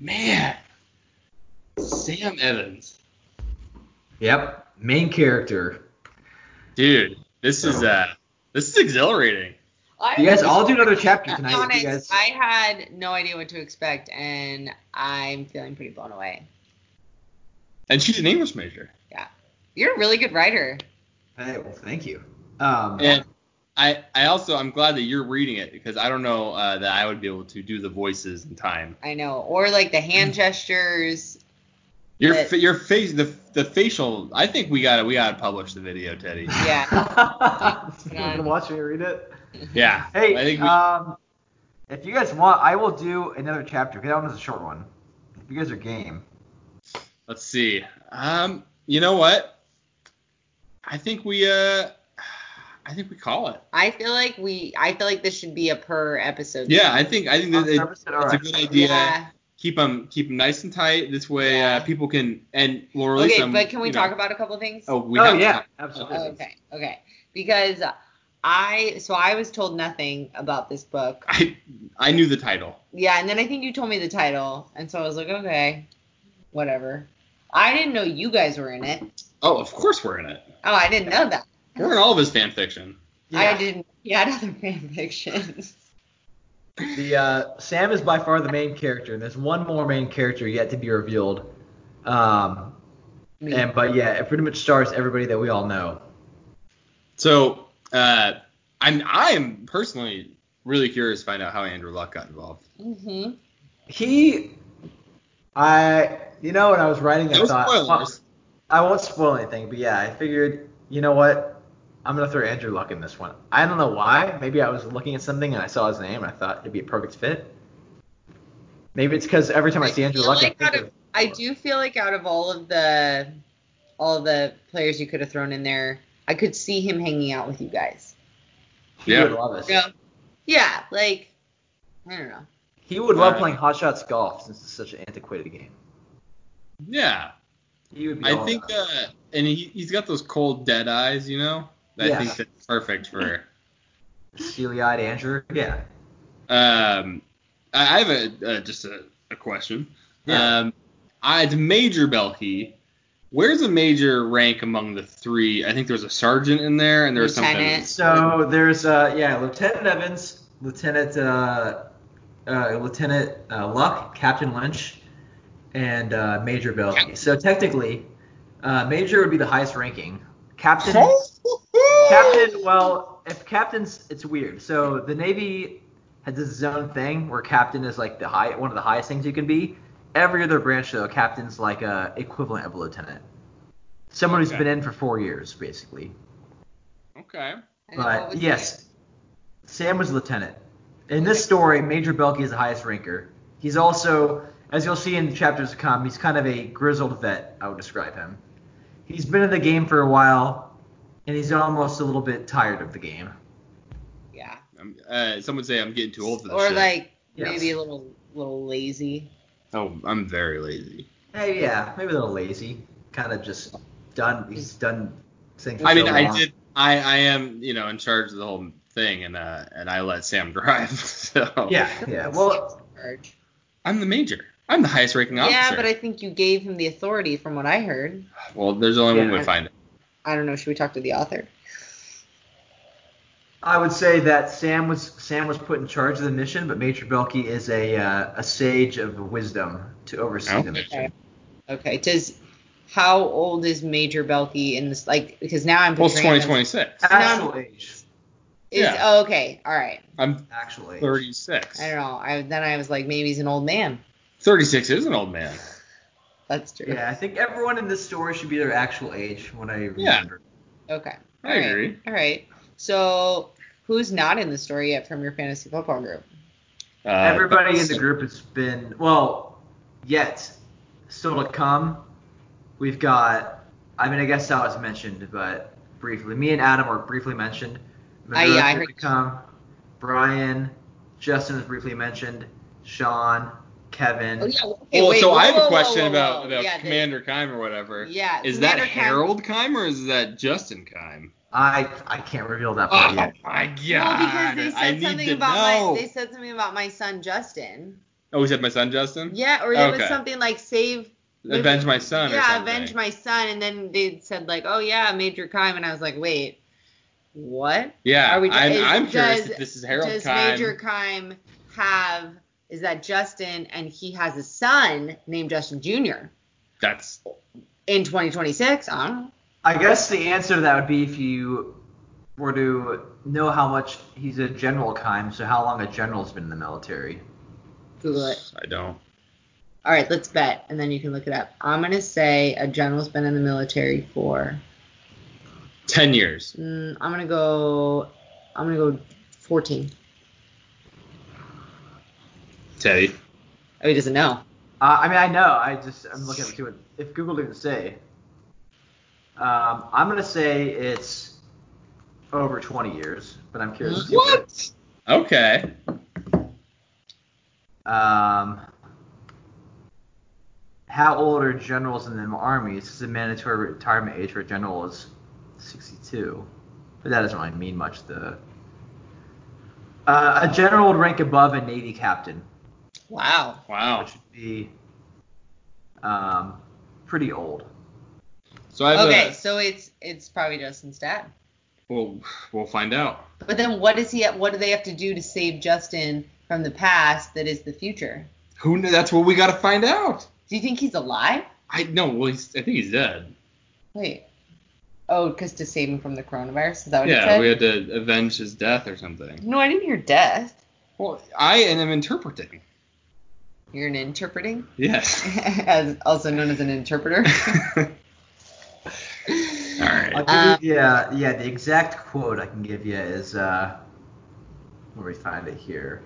S1: Man. Sam Evans.
S2: Yep, main character.
S1: Dude, this is uh this is exhilarating.
S3: I-
S2: You guys all do another chapter
S3: To be
S2: tonight. if
S3: honest,
S2: you guys,
S3: I had no idea what to expect, and I'm feeling pretty blown away.
S1: And she's an English major.
S3: You're a really good writer.
S2: Hey, well, thank you. Um,
S1: And I I also I'm glad that you're reading it because I don't know uh, that I would be able to do the voices in time.
S3: I know. Or like the hand
S1: Mm.
S3: gestures.
S1: Your
S3: But-
S1: fa- your face the the facial I think we got to we got to publish the video, Teddy.
S3: Yeah.
S2: you wanna watch me read it.
S1: Yeah.
S2: Hey,
S1: I think we,
S2: um, if you guys want, I will do another chapter. 'cause That one was a short one. If you guys are game,
S1: Let's see. Um, you know what? I think we uh, I think we call it.
S3: I feel like we. I feel like this should be a per episode.
S1: Yeah, I think I think
S2: On
S1: that it,
S2: purpose, all
S1: that's a
S2: right.
S1: good idea.
S3: Yeah.
S1: Keep them keep 'em nice and tight. This way,
S3: Yeah.
S1: uh, people can and we'll release
S3: Okay,
S1: them.
S3: but can we
S1: you
S3: talk
S1: know.
S3: about a couple things?
S1: Oh, we
S2: oh
S1: have
S2: yeah,
S1: to-
S2: absolutely.
S3: Okay. Okay. Because I. So I was told nothing about this book.
S1: I I knew the title.
S3: Yeah, and then I think you told me the title, and so I was like, okay, whatever. I didn't know you guys were in it.
S1: Oh, of course we're in it.
S3: Oh, I didn't know that.
S1: We're in all of his fan fiction.
S3: I didn't. He had other fan fictions.
S2: The uh, Sam is by far the main character, and there's one more main character yet to be revealed. Um, and but yeah, it pretty much stars everybody that we all know.
S1: So uh, I'm I am personally really curious to find out how Andrew Luck got involved.
S3: hmm
S2: He, I, you know, when I was writing, I
S1: No
S2: thought,
S1: spoilers.
S2: I won't spoil anything, but yeah, I figured, you know what? I'm gonna throw Andrew Luck in this one. I don't know why. Maybe I was looking at something and I saw his name and I thought it'd be a perfect fit. Maybe it's because every time I, see Andrew
S3: feel
S2: Luck,
S3: like
S2: I
S3: out
S2: think
S3: of-
S2: of,
S3: I do feel like out of all of the all the players you could have thrown in there, I could see him hanging out with you guys.
S2: he
S1: Yeah.
S2: would love us.
S3: Yeah. Yeah, like I don't know.
S2: He would love
S1: Alright.
S2: playing Hot Shots golf since it's such an antiquated game.
S1: Yeah,
S2: He would be
S1: I
S2: all
S1: think,
S2: about it.
S1: uh, and he, he's got those cold dead eyes, you know. I
S2: Yeah.
S1: think that's perfect for.
S2: steely-eyed Andrew. Yeah.
S1: Um, I I have a uh, just a, a question.
S2: Yeah.
S1: Um, I, it's Major Belkey. Where's a major rank among the three? I think there's a sergeant in there, and there's something.
S3: Lieutenant.
S2: So there's uh yeah Lieutenant Evans, Lieutenant uh, uh Lieutenant uh, Luck, Captain Lynch, and uh, Major Belkey. So technically, uh, Major would be the highest ranking. Captain. Captain. Well, if captain's, it's weird. So the Navy has this own thing where captain is like the high one of the highest things you can be. Every other branch though, captain's like a equivalent of a lieutenant. Someone who's
S1: Okay.
S2: been in for four years, basically.
S1: Okay.
S3: And what
S2: But
S3: was
S2: yes, Sam was lieutenant. In this story, Major Belkey is the highest ranker. He's also, as you'll see in the chapters to come, he's kind of a grizzled vet. I would describe him. He's been in the game for a while, and he's almost a little bit tired of the game.
S3: it? Yeah.
S1: Um, uh, some would say I'm getting too old for this.
S3: Or
S1: shit.
S3: like
S2: Yes.
S3: maybe a little little lazy.
S1: oh, I'm very lazy.
S2: Hey, yeah, maybe a little lazy, kind of just done. He's done things. for
S1: I mean,
S2: so
S1: I
S2: long.
S1: did. I I am you know in charge of the whole thing, and uh, and I let Sam drive. So
S2: Yeah, yeah. Well,
S3: Charge.
S1: I'm the major. I'm the highest ranking officer.
S3: Yeah, but I think you gave him the authority from what I heard.
S1: well, there's only one
S2: Yeah,
S1: way to
S2: I-
S1: find it.
S3: I don't know. Should we talk to the author?
S2: I would say that Sam was Sam was put in charge of the mission, but Major Belky is a uh, a sage of wisdom to oversee the
S1: Okay.
S2: mission.
S3: Okay. Does how old is Major Belky in this? Like, because now I'm
S1: Well, it's
S3: portraying him-
S1: 2026.
S2: Actual age,
S3: Is,
S1: yeah.
S3: oh, okay. All right.
S1: I'm
S2: actual age.
S1: 36.
S3: I don't know. I then I was like, maybe he's an old man.
S1: 36 is an old man.
S3: That's true.
S2: Yeah, I think everyone in this story should be their actual age when I
S3: Uh,
S2: remember.
S3: Okay.
S1: I
S3: All right.
S1: agree.
S3: All right. So who's not in the story yet from your fantasy football group?
S1: Uh,
S2: Everybody in
S1: so-
S2: the group has been well, yet still to come. We've got. I mean, I guess that was mentioned, but briefly. Me and Adam were briefly mentioned.
S3: I- yeah, I
S2: Maduro
S3: heard-
S2: to come. Brian, Justin was briefly mentioned. Sean, Kevin.
S3: Oh yeah. Okay,
S1: Well,
S3: wait,
S1: so
S3: whoa,
S1: I have
S3: whoa,
S1: a question
S3: whoa, whoa,
S1: about,
S3: whoa.
S1: about
S3: yeah, the-
S1: Commander Kime or whatever.
S3: yeah.
S1: Is
S3: Commander
S1: that
S3: Kime-
S1: Harold Kime or is that Justin Kime?
S2: I I can't reveal that part
S1: Oh
S2: yet.
S1: my god!
S3: Well, because they
S1: I
S3: said
S1: need
S3: something
S1: to
S3: about
S1: know.
S3: my they said something about my son Justin.
S1: oh, he said my son Justin.
S3: Yeah, or there
S1: Okay.
S3: was something like save
S1: Avenge my son. or
S3: Yeah,
S1: something.
S3: avenge my son, and then they said like, oh yeah, Major Crime, and I was like, wait, what?
S1: Yeah,
S3: Are we-
S1: I'm,
S3: is-
S1: I'm curious
S3: does-
S1: if this is Harold
S3: Does
S1: Kime.
S3: Major Crime have? Is that Justin, and he has a son named Justin Jr.
S1: That's
S3: in 2026? I don't know.
S2: I guess the answer to that would be if you were to know how much he's a general kind, so how long a general's been in the military.
S3: Google it.
S1: I don't.
S3: All right, let's bet, and then you can look it up. I'm gonna say a general's been in the military for.
S1: Ten years.
S3: Mm, I'm gonna go. I'm gonna go 14.
S1: Teddy.
S3: Oh, he doesn't know.
S2: Uh, I mean, I know. I just I'm looking to it. If Google didn't say, um, I'm gonna say it's over 20 years, but I'm curious. to see if it-
S1: What? Okay.
S2: Um, how old are generals in the army? Since the mandatory retirement age for a general is 62, but that doesn't really mean much. The uh, a general would rank above a navy captain,
S3: Wow.
S1: Wow.
S2: which would be um, pretty old.
S1: So I have
S3: okay,
S1: a.
S3: so it's it's probably Justin's dad.
S1: We'll we'll find out.
S3: But then what does he what do they have to do to save Justin from the past that is the future?
S1: Who? kn- That's what we gotta find out.
S3: Do you think he's alive?
S1: I know. Well, he's, I think he's dead.
S3: Wait. Oh, because to save him from the coronavirus? Is that what it
S1: Yeah,
S3: said?
S1: we had to avenge his death or something.
S3: No, I didn't hear death.
S1: Well, I am interpreting.
S3: You're an interpreting?
S1: Yes.
S3: as also known as an interpreter.
S1: All right.
S2: I'll give you the, uh, yeah, the exact quote I can give you is uh, where we find it here.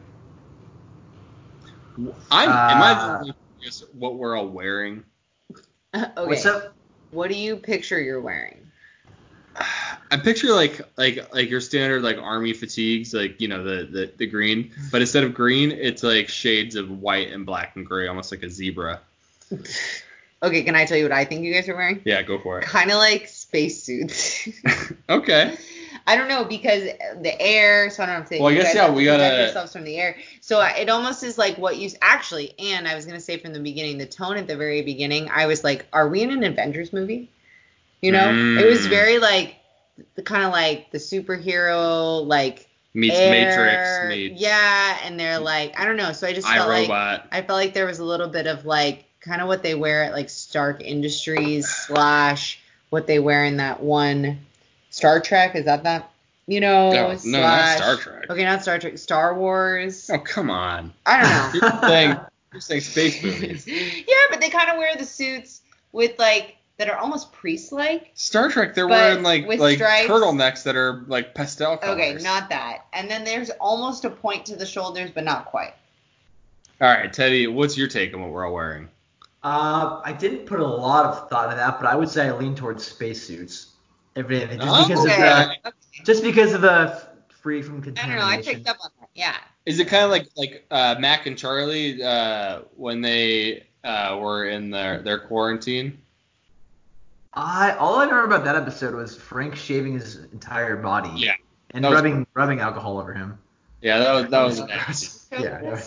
S1: I'm. am I
S2: Uh,
S1: the only curious what we're all wearing?
S3: Uh, okay.
S2: What's up?
S3: What do you picture you're wearing?
S1: I picture like like like your standard like army fatigues, like you know the the, the green, but instead of green, it's like shades of white and black and gray, almost like a zebra.
S3: Okay, can I tell you what I think you guys are wearing?
S1: Yeah, go for it.
S3: Kind of like spacesuits.
S1: Okay.
S3: I don't know because the air. So I don't know if they.
S1: Well, I
S3: you
S1: guess,
S3: guys
S1: yeah,
S3: have to
S1: we
S3: protect
S1: gotta-
S3: yourselves from the air. So I- it almost is like what you actually. And I was gonna say from the beginning, the tone at the very beginning, I was like, "Are we in an Avengers movie?" You know, it was
S1: Mm.
S3: very like the kind of like the superhero like
S1: Meets
S3: air,
S1: Matrix meets
S3: yeah, and they're like I don't know. So I just felt like
S1: iRobot.
S3: I felt like there was a little bit of like kind of what they wear at like Stark Industries slash what they wear in that one Star Trek. Is that that? You know,
S1: No, no, not
S3: slash-
S1: Star Trek.
S3: Okay, not Star Trek. Star Wars.
S1: Oh come on.
S3: I don't know.
S1: You're saying you're saying space movies.
S3: yeah, but they kind of wear the suits with like that are almost priest-like.
S1: Star Trek, they're
S3: But
S1: wearing like
S3: with
S1: like
S3: stripes?
S1: turtlenecks that are like pastel colors.
S3: Okay, not that. And then there's almost a point to the shoulders, but not quite.
S1: All right, Teddy, what's your take on what we're all wearing?
S2: Uh, I didn't put a lot of thought into that, but I would say I lean towards spacesuits. Every day, just
S1: Oh,
S2: because
S1: okay.
S2: of the just because of the f- free from
S3: I don't
S2: contamination.
S3: know. I picked up on that. Yeah.
S1: Is it kind of like like uh, Mac and Charlie uh, when they uh, were in their their quarantine?
S2: I all I remember about that episode was Frank shaving his entire body.
S1: Yeah.
S2: and
S1: That was-
S2: rubbing rubbing alcohol over him.
S1: Yeah, that was that was nasty.
S2: yeah. yeah.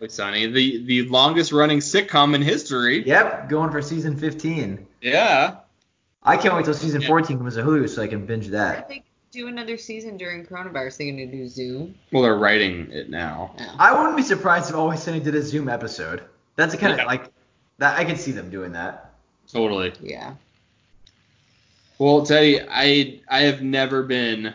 S1: It's Sunny, the the longest running sitcom in history.
S2: Yep, going for season 15.
S1: Yeah.
S2: I can't wait till season
S1: Yeah.
S2: 14 comes to Hulu so I can binge
S3: I
S2: that.
S3: think do another season during coronavirus. They're gonna do Zoom. Oh,
S1: Well, they're writing it now.
S3: No.
S2: I wouldn't be surprised if Always Sunny did a Zoom episode. That's the kind
S1: Yeah.
S2: of like that I could see them doing that.
S1: Totally.
S3: Yeah.
S1: Well, Teddy, I I have never been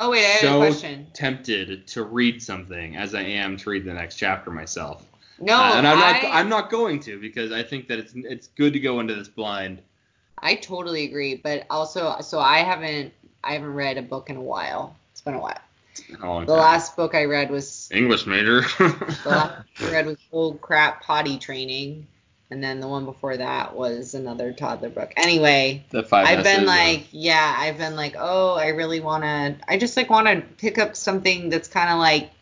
S3: Oh wait, I had
S1: So-
S3: a question.
S1: tempted to read something as I am to read the next chapter myself.
S3: No,
S1: Uh, and I'm not
S3: I,
S1: I'm not going to because I think that it's it's good to go into this blind.
S3: I totally agree, but also, so I haven't, I haven't read a book in a while. It's been a while.
S1: in a long
S3: The
S1: time.
S3: last book I read was
S1: Oh, English major.
S3: the last book I read was old crap potty training, and then the one before that was another toddler book. Anyway,
S1: the five.
S3: I've
S1: S's
S3: been
S1: or-
S3: like, yeah, I've been like, oh, I really wanna, I just like wanna pick up something that's kind of like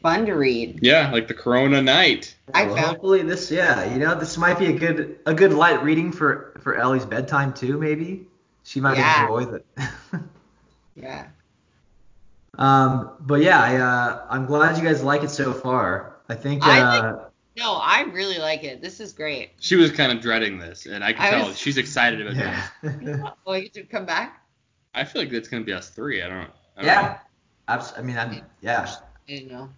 S3: fun to read.
S1: yeah, like the Corona night.
S3: I
S2: Well,
S3: found
S2: hopefully this yeah, you know, this might be a good a good light reading for for Ellie's bedtime too maybe. She might
S3: Yeah.
S2: enjoy that.
S3: yeah.
S2: um but yeah, I uh I'm glad you guys like it so far. I think uh
S3: I No, I really like it. This is great.
S1: She was kind of dreading this, and I can
S3: I
S1: tell
S3: was-
S1: she's excited about this.
S2: yeah.
S3: Well, Oh, you should come back.
S1: I feel like it's gonna be us three. I don't. I don't know.
S2: yeah. Abs- I mean, I'm, yeah.
S3: I don't know.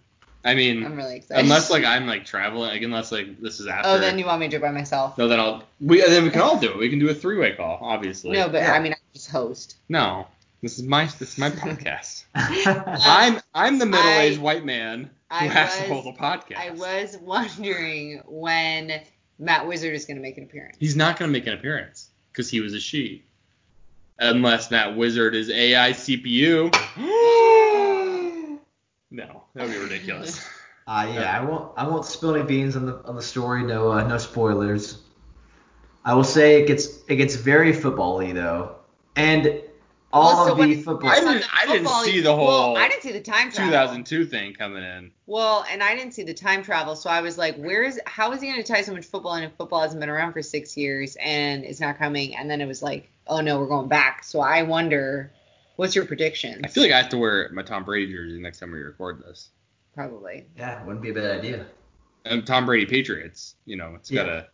S1: I mean,
S3: I'm really excited.
S1: Mm. unless like I'm like traveling, like unless like this is after.
S3: Oh, then you want me to do it by myself?
S1: No, then I'll. We then we can all do it. We can do a three way call, obviously.
S3: No, but
S2: Yeah.
S3: I mean, I just host.
S1: No, this is my this is my podcast.
S2: I
S1: I'm I'm the middle aged
S3: I-
S1: white man who
S3: I
S1: has to
S3: was-
S1: hold a podcast.
S3: I was wondering when Matt Wizard is going to make an appearance.
S1: He's not gonna make an appearance because he was a she, unless that wizard is AI CPU. no, that would be ridiculous.
S2: uh, yeah, I won't I won't spill any beans on the on the story. No uh, no spoilers. I will say it gets it gets very football-y though, and all
S3: Well, so
S2: of
S3: what-
S2: the football.
S1: I
S3: So
S1: didn't-
S3: the
S1: I didn't
S3: football-
S1: see the whole
S3: Well, I didn't see the time travel.
S1: 2002 thing coming in.
S3: Well, and I didn't see the time travel, so I was like, where is? How is he going to tie so much football in if football hasn't been around for six years and it's not coming? And then it was like, oh no, we're going back. So I wonder, what's your prediction?
S1: I feel like I have to wear my Tom Brady jersey next time we record this.
S3: Probably.
S2: Yeah, wouldn't be a bad idea.
S1: And Tom Brady Patriots, you know, it's
S2: Yeah.
S1: gotta.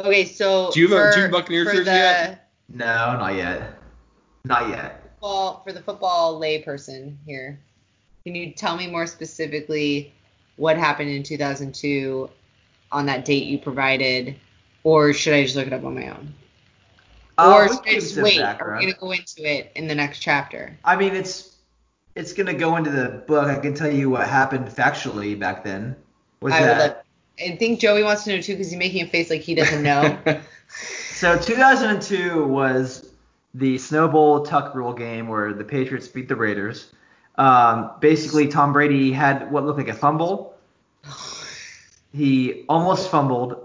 S3: Okay, so
S1: Do you have a-
S3: for,
S1: do you have Buccaneers
S3: for
S1: jersey
S3: the,
S1: yet?
S2: No, not yet. Not yet.
S3: Well, for the football layperson here, can you tell me more specifically what happened in 2002 on that date you provided, or should I just look it up on my own?
S2: Uh,
S3: or
S2: we
S3: should I
S2: can give
S3: just
S2: some
S3: wait? Are we
S2: background.
S3: gonna go into it in the next chapter?
S2: I mean, it's it's gonna go into the book. I can tell you what happened factually back then. Was
S3: I would
S2: that
S3: love. And think Joey wants to know too, because he's making a face like he doesn't know.
S2: So 2002 was the snowball tuck rule game where the Patriots beat the Raiders. Um, basically, Tom Brady had what looked like a fumble. He almost fumbled,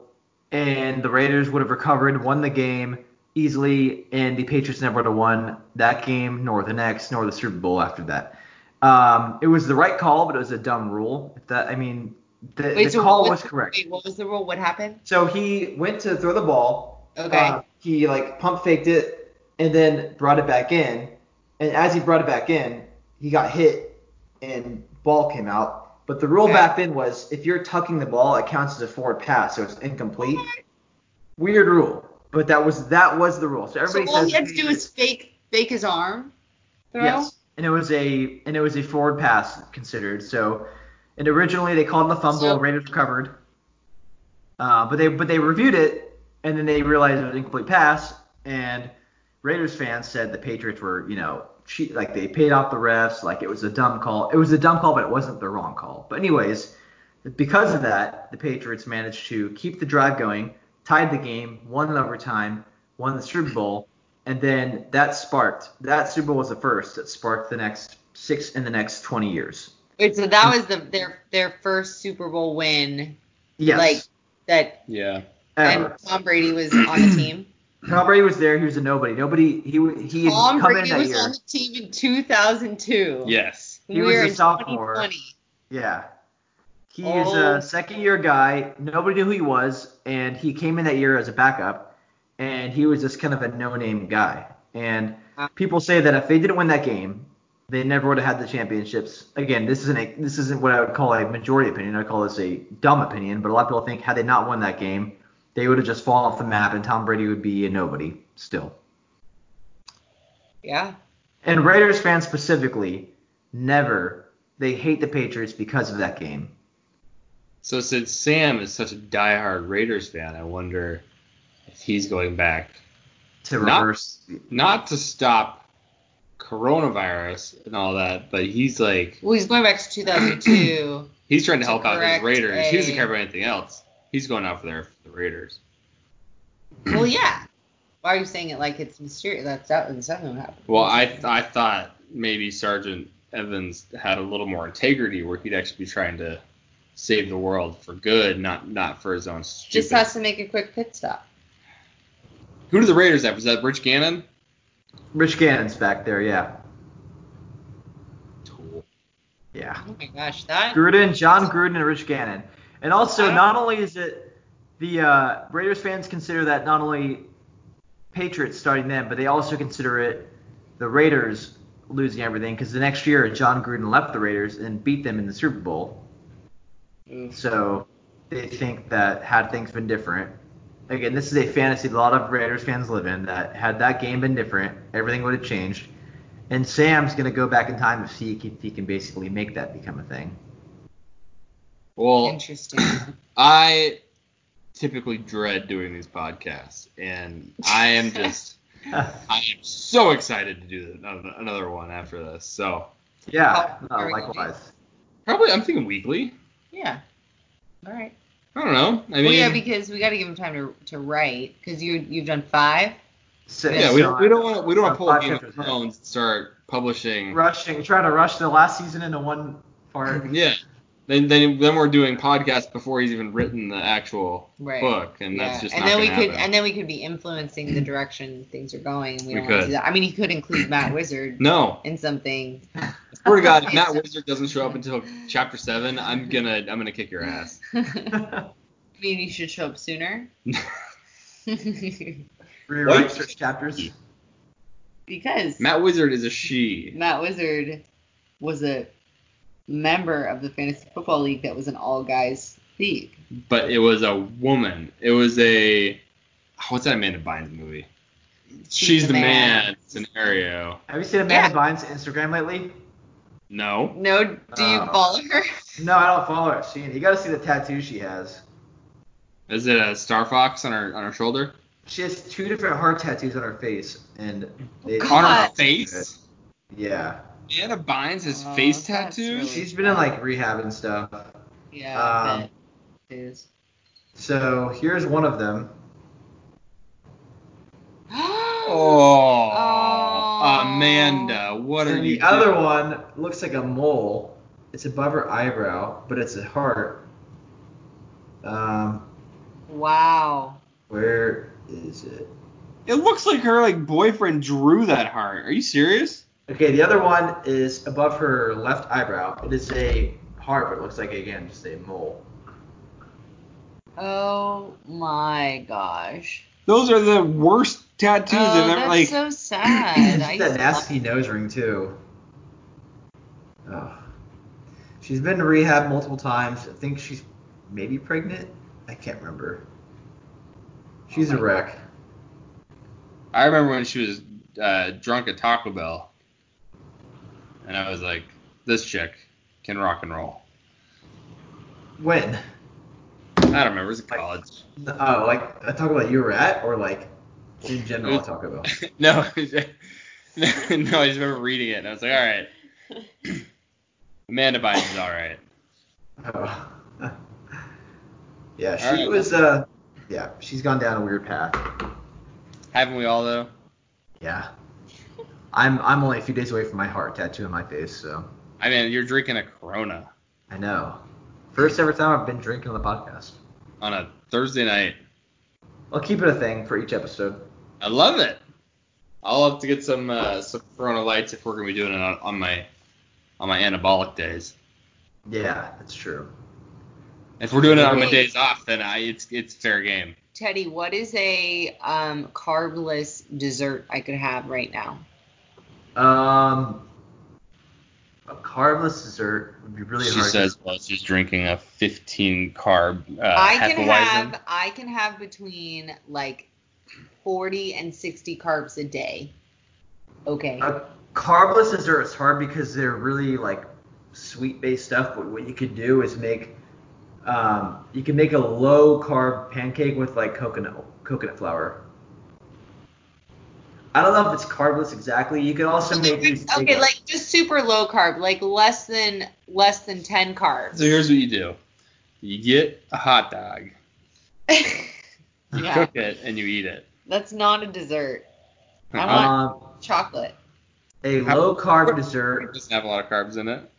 S2: and the Raiders would have recovered, won the game easily, and the Patriots never would have won that game, nor the next, nor the Super Bowl after that. Um, it was the right call, but it was a dumb rule. If that I mean, the,
S3: Wait,
S2: the
S3: so
S2: call
S3: what
S2: was correct.
S3: Wait, what was the rule? What happened?
S2: So he went to throw the ball.
S3: Okay.
S2: Uh, he like pump faked it and then brought it back in. And as he brought it back in, he got hit and ball came out. But the rule
S3: Okay.
S2: back then was if you're tucking the ball, it counts as a forward pass, so it's incomplete. Weird rule, but that was that was the rule. So everybody
S3: so all
S2: says
S3: he had to do was fake fake his arm. Throw?
S2: yes, and it was a and it was a forward pass considered. So, and originally they called the fumble,
S3: So-
S2: Raiders recovered. Uh, but they but they reviewed it and then they realized it was an incomplete pass and Raiders fans said the Patriots were you know cheat like they paid off the refs like it was a dumb call it was a dumb call but it wasn't the wrong call but anyways because of that the Patriots managed to keep the drive going tied the game won in overtime won the Super Bowl and then that sparked that Super Bowl was the first that sparked the next six in the next 20 years
S3: Wait, so
S2: Mm.
S3: that was the their their first Super Bowl win
S2: yes
S3: Like, that
S1: yeah.
S3: and
S2: ever.
S3: Tom Brady was on the team.
S2: Tom Brady was there. He was a nobody. Nobody. He w- he had
S3: Tom
S2: come
S3: Brady
S2: in that
S3: was
S2: year.
S3: on the team in 2002.
S1: Yes.
S2: He
S3: We
S2: was
S3: are
S2: a
S3: in
S2: sophomore.
S3: 2020.
S2: yeah. He is
S3: Oh.
S2: a second year guy. Nobody knew who he was, and he came in that year as a backup, and he was just kind of a no name guy. And
S3: Wow.
S2: people say that if they didn't win that game, They never would have had the championships. Again, this isn't a, this isn't what I would call a majority opinion. I would call this a dumb opinion. But a lot of people think had they not won that game, they would have just fallen off the map, and Tom Brady would be a nobody still.
S3: Yeah.
S2: And Raiders fans specifically never they hate the Patriots because of that game.
S1: So since Sam is such a diehard Raiders fan, I wonder if he's going back
S2: To
S1: Not-
S2: reverse
S1: not to stop coronavirus and all that, but he's like
S3: Well, he's going back to 2002.
S1: he's trying to
S3: To
S1: help out his
S3: correct
S1: Raiders. He doesn't
S3: a-
S1: care about anything else. He's going out for their for the Raiders.
S3: well, yeah. Why are you saying it like it's mysterious? That's that was something that happened.
S1: Well, I I thought maybe Sergeant Evans had a little more integrity where he'd actually be trying to save the world for good, not not for his own stupid.
S3: just has to make a quick pit stop.
S1: Who do the Raiders have? Is that Rich Gannon?
S2: Rich Gannon's back there, yeah.
S1: Tool.
S2: Yeah.
S3: Oh my gosh, that
S2: Gruden, John Gruden, and Rich Gannon. And also,
S3: Wow.
S2: not only is it the uh, Raiders fans consider that not only Patriots starting them, but they also consider it the Raiders losing everything because the next year John Gruden left the Raiders and beat them in the Super Bowl.
S3: Oof.
S2: So they think that had things been different, again, this is a fantasy that a lot of Raiders fans live in. That had that game been different, everything would have changed. And Sam's gonna go back in time to see if he can basically make that become a thing.
S1: Well,
S3: interesting.
S1: I typically dread doing these podcasts, and I am just I am so excited to do another, another one after this. So
S2: Yeah,
S3: Oh,
S2: no,
S3: very good.
S2: likewise.
S1: probably I'm thinking weekly.
S3: yeah. All right.
S1: I don't know. I mean,
S3: well, yeah, because we got to give him time to to write because you you've done five.
S2: So,
S1: yeah,
S2: so
S1: we, don't- we don't want to we don't
S2: so
S1: want to pull a
S2: five
S1: Game of
S2: chapters, right?
S1: Thrones and start publishing.
S2: rushing, trying to rush the last season into one part.
S1: Yeah. Then, then then we're doing podcasts before he's even written the actual
S3: Right.
S1: book, and that's just
S3: and
S1: not
S3: then we
S1: gonna
S3: could
S1: happen.
S3: and then we could be influencing the direction things are going. And we,
S1: We
S3: don't want
S1: could.
S3: to do that. I mean, he could include Matt Wizard
S1: no,
S3: in something.
S1: I swear to God, if Matt Wizard doesn't show up until chapter seven, I'm gonna I'm gonna kick your ass.
S3: I mean, he should show up sooner. because
S2: Rewrite
S1: Wait.
S2: search chapters.
S1: Matt Wizard is a she.
S3: Matt Wizard was a member of the fantasy football league that was an all guys league.
S1: but it was a woman. It was a what's that Amanda Bynes movie? She's, the, man. scenario.
S2: Have you seen Amanda
S3: Yeah.
S2: Bynes' Instagram lately?
S1: No.
S3: No, do you
S2: Oh.
S3: follow her?
S2: No, I don't follow her. She, you gotta see the tattoo she has.
S1: Is it a Star Fox on her on her shoulder?
S2: She has two different heart tattoos on her face, and they,
S1: On
S3: God.
S1: her
S3: What?
S1: face?
S2: yeah,
S1: Amanda Bynes has
S3: Oh,
S1: face
S3: that's
S1: tattoos?
S3: really-
S2: she's been in like rehab and stuff.
S3: Yeah.
S2: Um,
S3: but it is.
S2: So here's one of them.
S1: Oh,
S3: Oh.
S1: Amanda, what are
S2: And
S1: you
S2: the other one looks like a mole. It's above her eyebrow, but it's a heart. Um,
S3: wow.
S2: where is it?
S1: It looks like her like boyfriend drew that heart. Are you serious?
S2: Okay, the other one is above her left eyebrow. It is a heart, but it looks like again just a mole.
S3: Oh my gosh.
S1: Those are the worst tattoos
S3: oh,
S1: I've ever
S3: that's
S1: like
S3: so sad. I
S2: She's
S3: used
S2: that
S3: to
S2: nasty nose ring too. Oh. She's been to rehab multiple times. I think she's maybe pregnant. I can't remember. She's
S3: Oh
S2: a wreck.
S1: I remember when she was uh, drunk at Taco Bell, and I was like, "This chick can rock and roll."
S2: When?
S1: I don't remember. It was in college.
S2: Oh, like I talk about you were at, or like in general I talk about.
S1: no, no, I just remember reading it, and I was like, "All right, Amanda Bynes is all right."
S2: Oh. yeah, she
S1: Alright.
S2: was. Uh, yeah, she's gone down a weird path.
S1: Haven't we all though?
S2: Yeah. I'm I'm only a few days away from my heart tattoo on my face, so
S1: I mean, you're drinking a Corona
S2: I know. First ever time I've been drinking on the podcast.
S1: on a Thursday night.
S2: I'll keep it a thing for each episode.
S1: I love it. I'll have to get some uh, some Corona lights if we're gonna be doing it on, on my on my anabolic days.
S2: Yeah, that's true.
S1: If we're doing it on my
S3: Wait.
S1: days off, then I it's it's fair game.
S3: Teddy, what is a um, carbless dessert I could have right now?
S2: Um, A carbless dessert would be really
S1: she
S2: hard.
S1: says while she's drinking a 15 carb. Uh,
S3: I can
S1: Hefeweizen.
S3: have I can have between like 40 and 60 carbs a day. Okay.
S2: a Uh, carbless dessert is hard because they're really like sweet based stuff. But what you could do is make um, you can make a low carb pancake with like coconut coconut flour. I don't know if it's carbless exactly. You can also make these.
S3: Okay, like just super low carb, like less than less than 10 carbs.
S1: So here's what you do. You get a hot dog, you
S3: yeah.
S1: cook it, and you eat it.
S3: That's not a dessert. I want
S2: um,
S3: chocolate.
S2: a low carb dessert.
S1: It doesn't have a lot of carbs in it.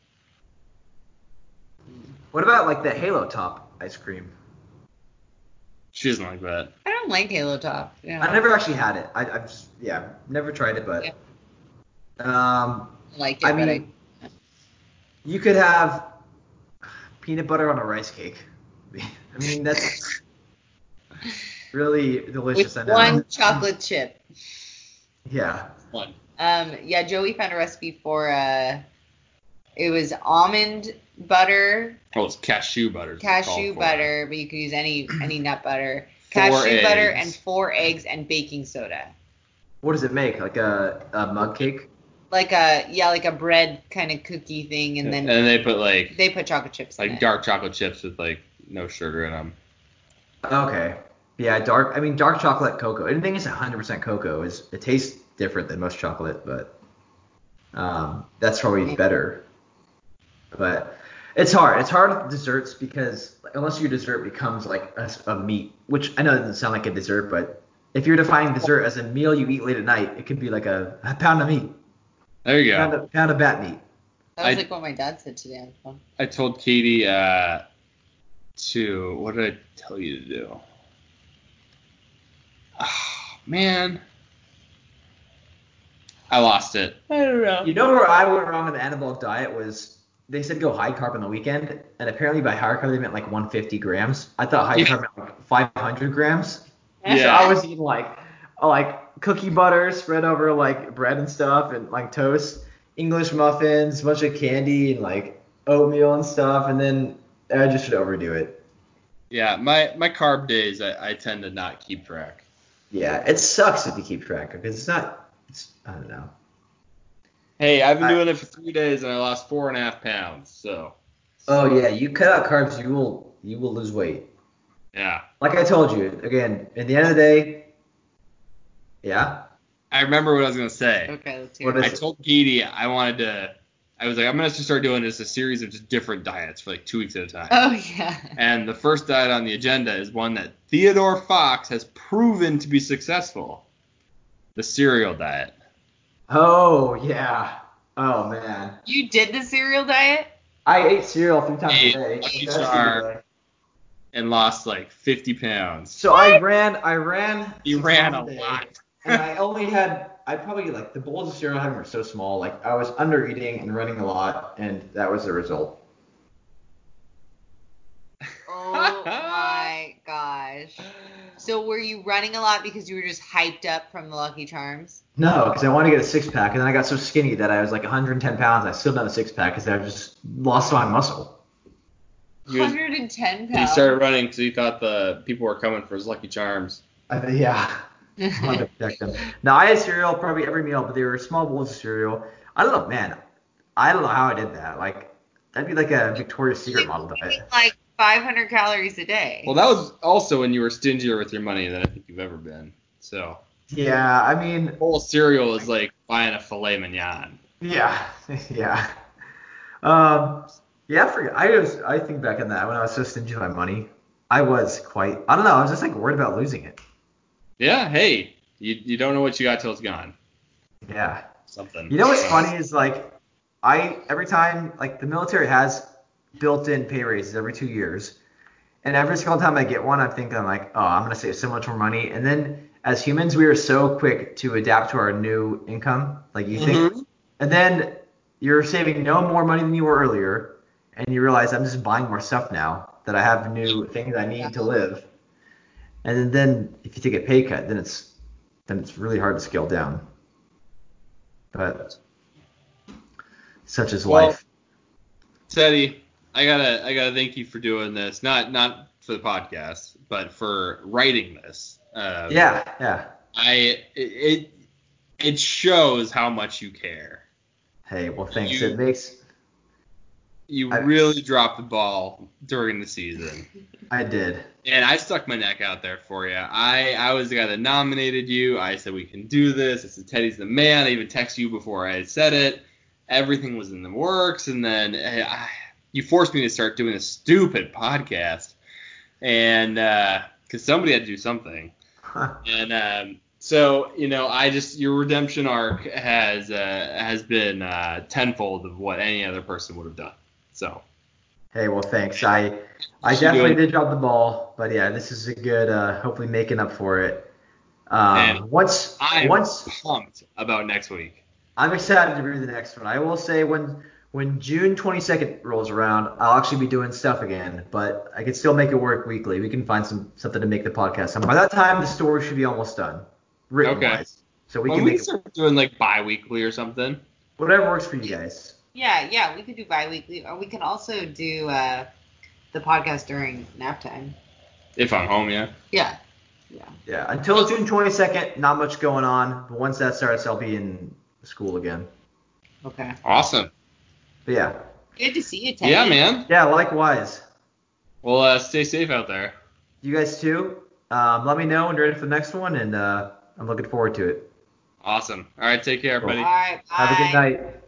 S2: What about like the Halo Top ice cream?
S1: She doesn't like that.
S3: I don't like Halo Top. Yeah.
S2: I never actually had it. I, I've just, yeah, never tried it, but
S3: Yeah.
S2: um,
S3: like it.
S2: I
S3: but
S2: mean, you could have peanut butter on a rice cake. I mean, that's really delicious.
S3: with
S2: I know.
S3: one chocolate chip.
S2: Yeah.
S1: One.
S3: Um, yeah, Joey found a recipe for uh, it was almond butter,
S1: Well, it's cashew butter. is what it's
S3: cashew
S1: called for.
S3: butter, but you could use any any nut butter,
S1: Four
S3: cashew butter,
S1: eggs.
S3: and four eggs and baking soda.
S2: What does it make? Like a, a mug cake?
S3: Like a yeah, like a bread kind of cookie thing, and then
S1: they put like
S3: they put chocolate chips in
S1: like
S3: it.
S1: dark chocolate chips with like no sugar in them.
S2: Okay. Yeah, dark. I mean, dark chocolate cocoa. Anything that's 100% cocoa is it tastes different than most chocolate, but um, that's probably better. But it's hard. It's hard with desserts because unless your dessert becomes like a, s- a meat, which I know doesn't sound like a dessert, but if you're defining dessert as a meal you eat late at night, it could be like a, a pound of meat,
S1: There you
S2: pound,
S1: go.
S2: of, pound of bat meat.
S3: That was
S1: I-
S3: like what my dad said today on the phone.
S1: I told Katie uh, to what did I tell you to do? Oh, man, I lost it.
S3: I don't know.
S2: You know where I went wrong on the anabolic diet was they said go high carb on the weekend, and apparently by high carb they meant like 150 grams. I thought high
S1: Yeah.
S2: carb meant like 500 grams. So
S1: Yeah.
S2: I was eating like uh, like cookie butter spread over like bread and stuff, and like toast, English muffins, bunch of candy, and like oatmeal and stuff, and then I just should overdo it.
S1: Yeah, my my carb days, I, I tend to not keep track.
S2: Yeah, it sucks if you keep track because it's not. It's, I don't know.
S1: Hey, I've been
S2: I-
S1: doing it for three days and I lost four and a half pounds. So
S2: Oh yeah, you cut out carbs, you will you will lose weight.
S1: yeah,
S2: like I told you, again, at the end of the day, yeah,
S1: I remember what I was gonna say.
S3: Okay, let's hear
S2: What
S3: it.
S1: I
S2: is-
S1: told Katie I wanted to. I was like, I'm gonna just start doing this a series of just different diets for like two weeks at a time.
S3: Oh yeah.
S1: And the first diet on the agenda is one that Theodore Fox has proven to be successful, the cereal diet.
S2: oh yeah, oh man,
S3: You did the cereal diet?
S2: I ate cereal three times
S1: Hey,
S2: a day.
S1: lucky
S2: That's the
S1: charm.
S2: day.
S1: And lost like 50 pounds.
S2: So I ran, I ran.
S1: You
S2: six
S1: ran a
S2: times day,
S1: lot.
S2: and I only had, I probably like the bowls of cereal I had were so small, like I was under eating and running a lot, and that was the result.
S3: Oh my gosh. So were you running a lot because you were just hyped up from the Lucky Charms?
S2: No, because I wanted to get a six pack, and then I got so skinny that I was like 110 pounds. And I still don't have a six pack because I just lost my muscle.
S1: He, was,
S3: 110
S1: he
S3: pounds.
S1: started running because he thought the people were coming for his Lucky Charms.
S2: I, yeah. wanted to protect them. Now I had cereal probably every meal, but they were small bowls of cereal. I don't know, man. I don't know how I did that. Like that'd be like a Victoria's Secret model diet.
S3: like 500 calories a day.
S1: Well, that was also when you were stingier with your money than I think you've ever been. So,
S2: Yeah, I mean,
S1: whole cereal is like buying a filet mignon.
S2: yeah, yeah. Um, yeah, I forget. I was, I think back in that when I was so stingy with my money, I was quite. I don't know. I was just like worried about losing it.
S1: Yeah, hey, you, you don't know what you got till it's gone.
S2: Yeah.
S1: Something.
S2: You know what's funny is like I every time like the military has built-in pay raises every two years, and every single time I get one, I'm thinking like, oh, I'm gonna save so much more money. And then as humans, we are so quick to adapt to our new income. Like you
S1: Mhm.
S2: think, and then you're saving no more money than you were earlier, and you realize I'm just buying more stuff now that I have new things I need to live. And then if you take a pay cut, then it's then it's really hard to scale down. But Such is
S1: Well-
S2: life.
S1: Teddy, I gotta I gotta thank you for doing this. Not not for the podcast, but for writing this. Um,
S2: yeah, yeah.
S1: I it it shows how much you care.
S2: Hey, well, thanks.
S1: You-
S2: it makes
S1: You
S2: I-
S1: really dropped the ball during the season,
S2: I did.
S1: and I stuck my neck out there for you. I I was the guy that nominated you. I said we can do this. I said Teddy's the man. I even texted you before I had said it. Everything was in the works, and then eh, I, you forced me to start doing a stupid podcast, and because somebody had to do something.
S2: Huh.
S1: And um, so, you know, I just your redemption arc has uh, has been uh, tenfold of what any other person would have done. So
S2: Hey, well, thanks. I I
S1: Should
S2: definitely
S1: do
S2: did drop the ball, but yeah, this is a good uh, hopefully making up for it. Um,
S1: And
S2: once
S1: I'm
S2: once
S1: pumped about next week.
S2: I'm excited to read the next one. I will say when when June 22nd rolls around, I'll actually be doing stuff again, but I can still make it work weekly. We can find some something to make the podcast. on. by that time, the story should be almost done, written
S1: Okay.
S2: wise. So we
S1: We
S2: can
S1: can, we
S2: make
S1: can
S2: it,
S1: start doing like bi-weekly or something.
S2: whatever works for you guys.
S3: Yeah, yeah, we could do bi-weekly, or we can also do uh, the podcast during nap time.
S1: If I'm home, yeah.
S3: Yeah,
S2: Yeah, until June 22nd, not much going on. But once that starts, I'll be in school again.
S3: okay.
S1: Awesome.
S2: But yeah,
S3: Good to see you, Teddy.
S1: Yeah, man.
S2: yeah, likewise.
S1: Well, uh, stay safe out there.
S2: You guys too. Um, let me know when you're ready for the next one, and uh, I'm looking forward to it.
S1: Awesome. All right, take care,
S2: Cool.
S1: everybody.
S3: All right,
S2: Have a
S3: bye.
S2: good night.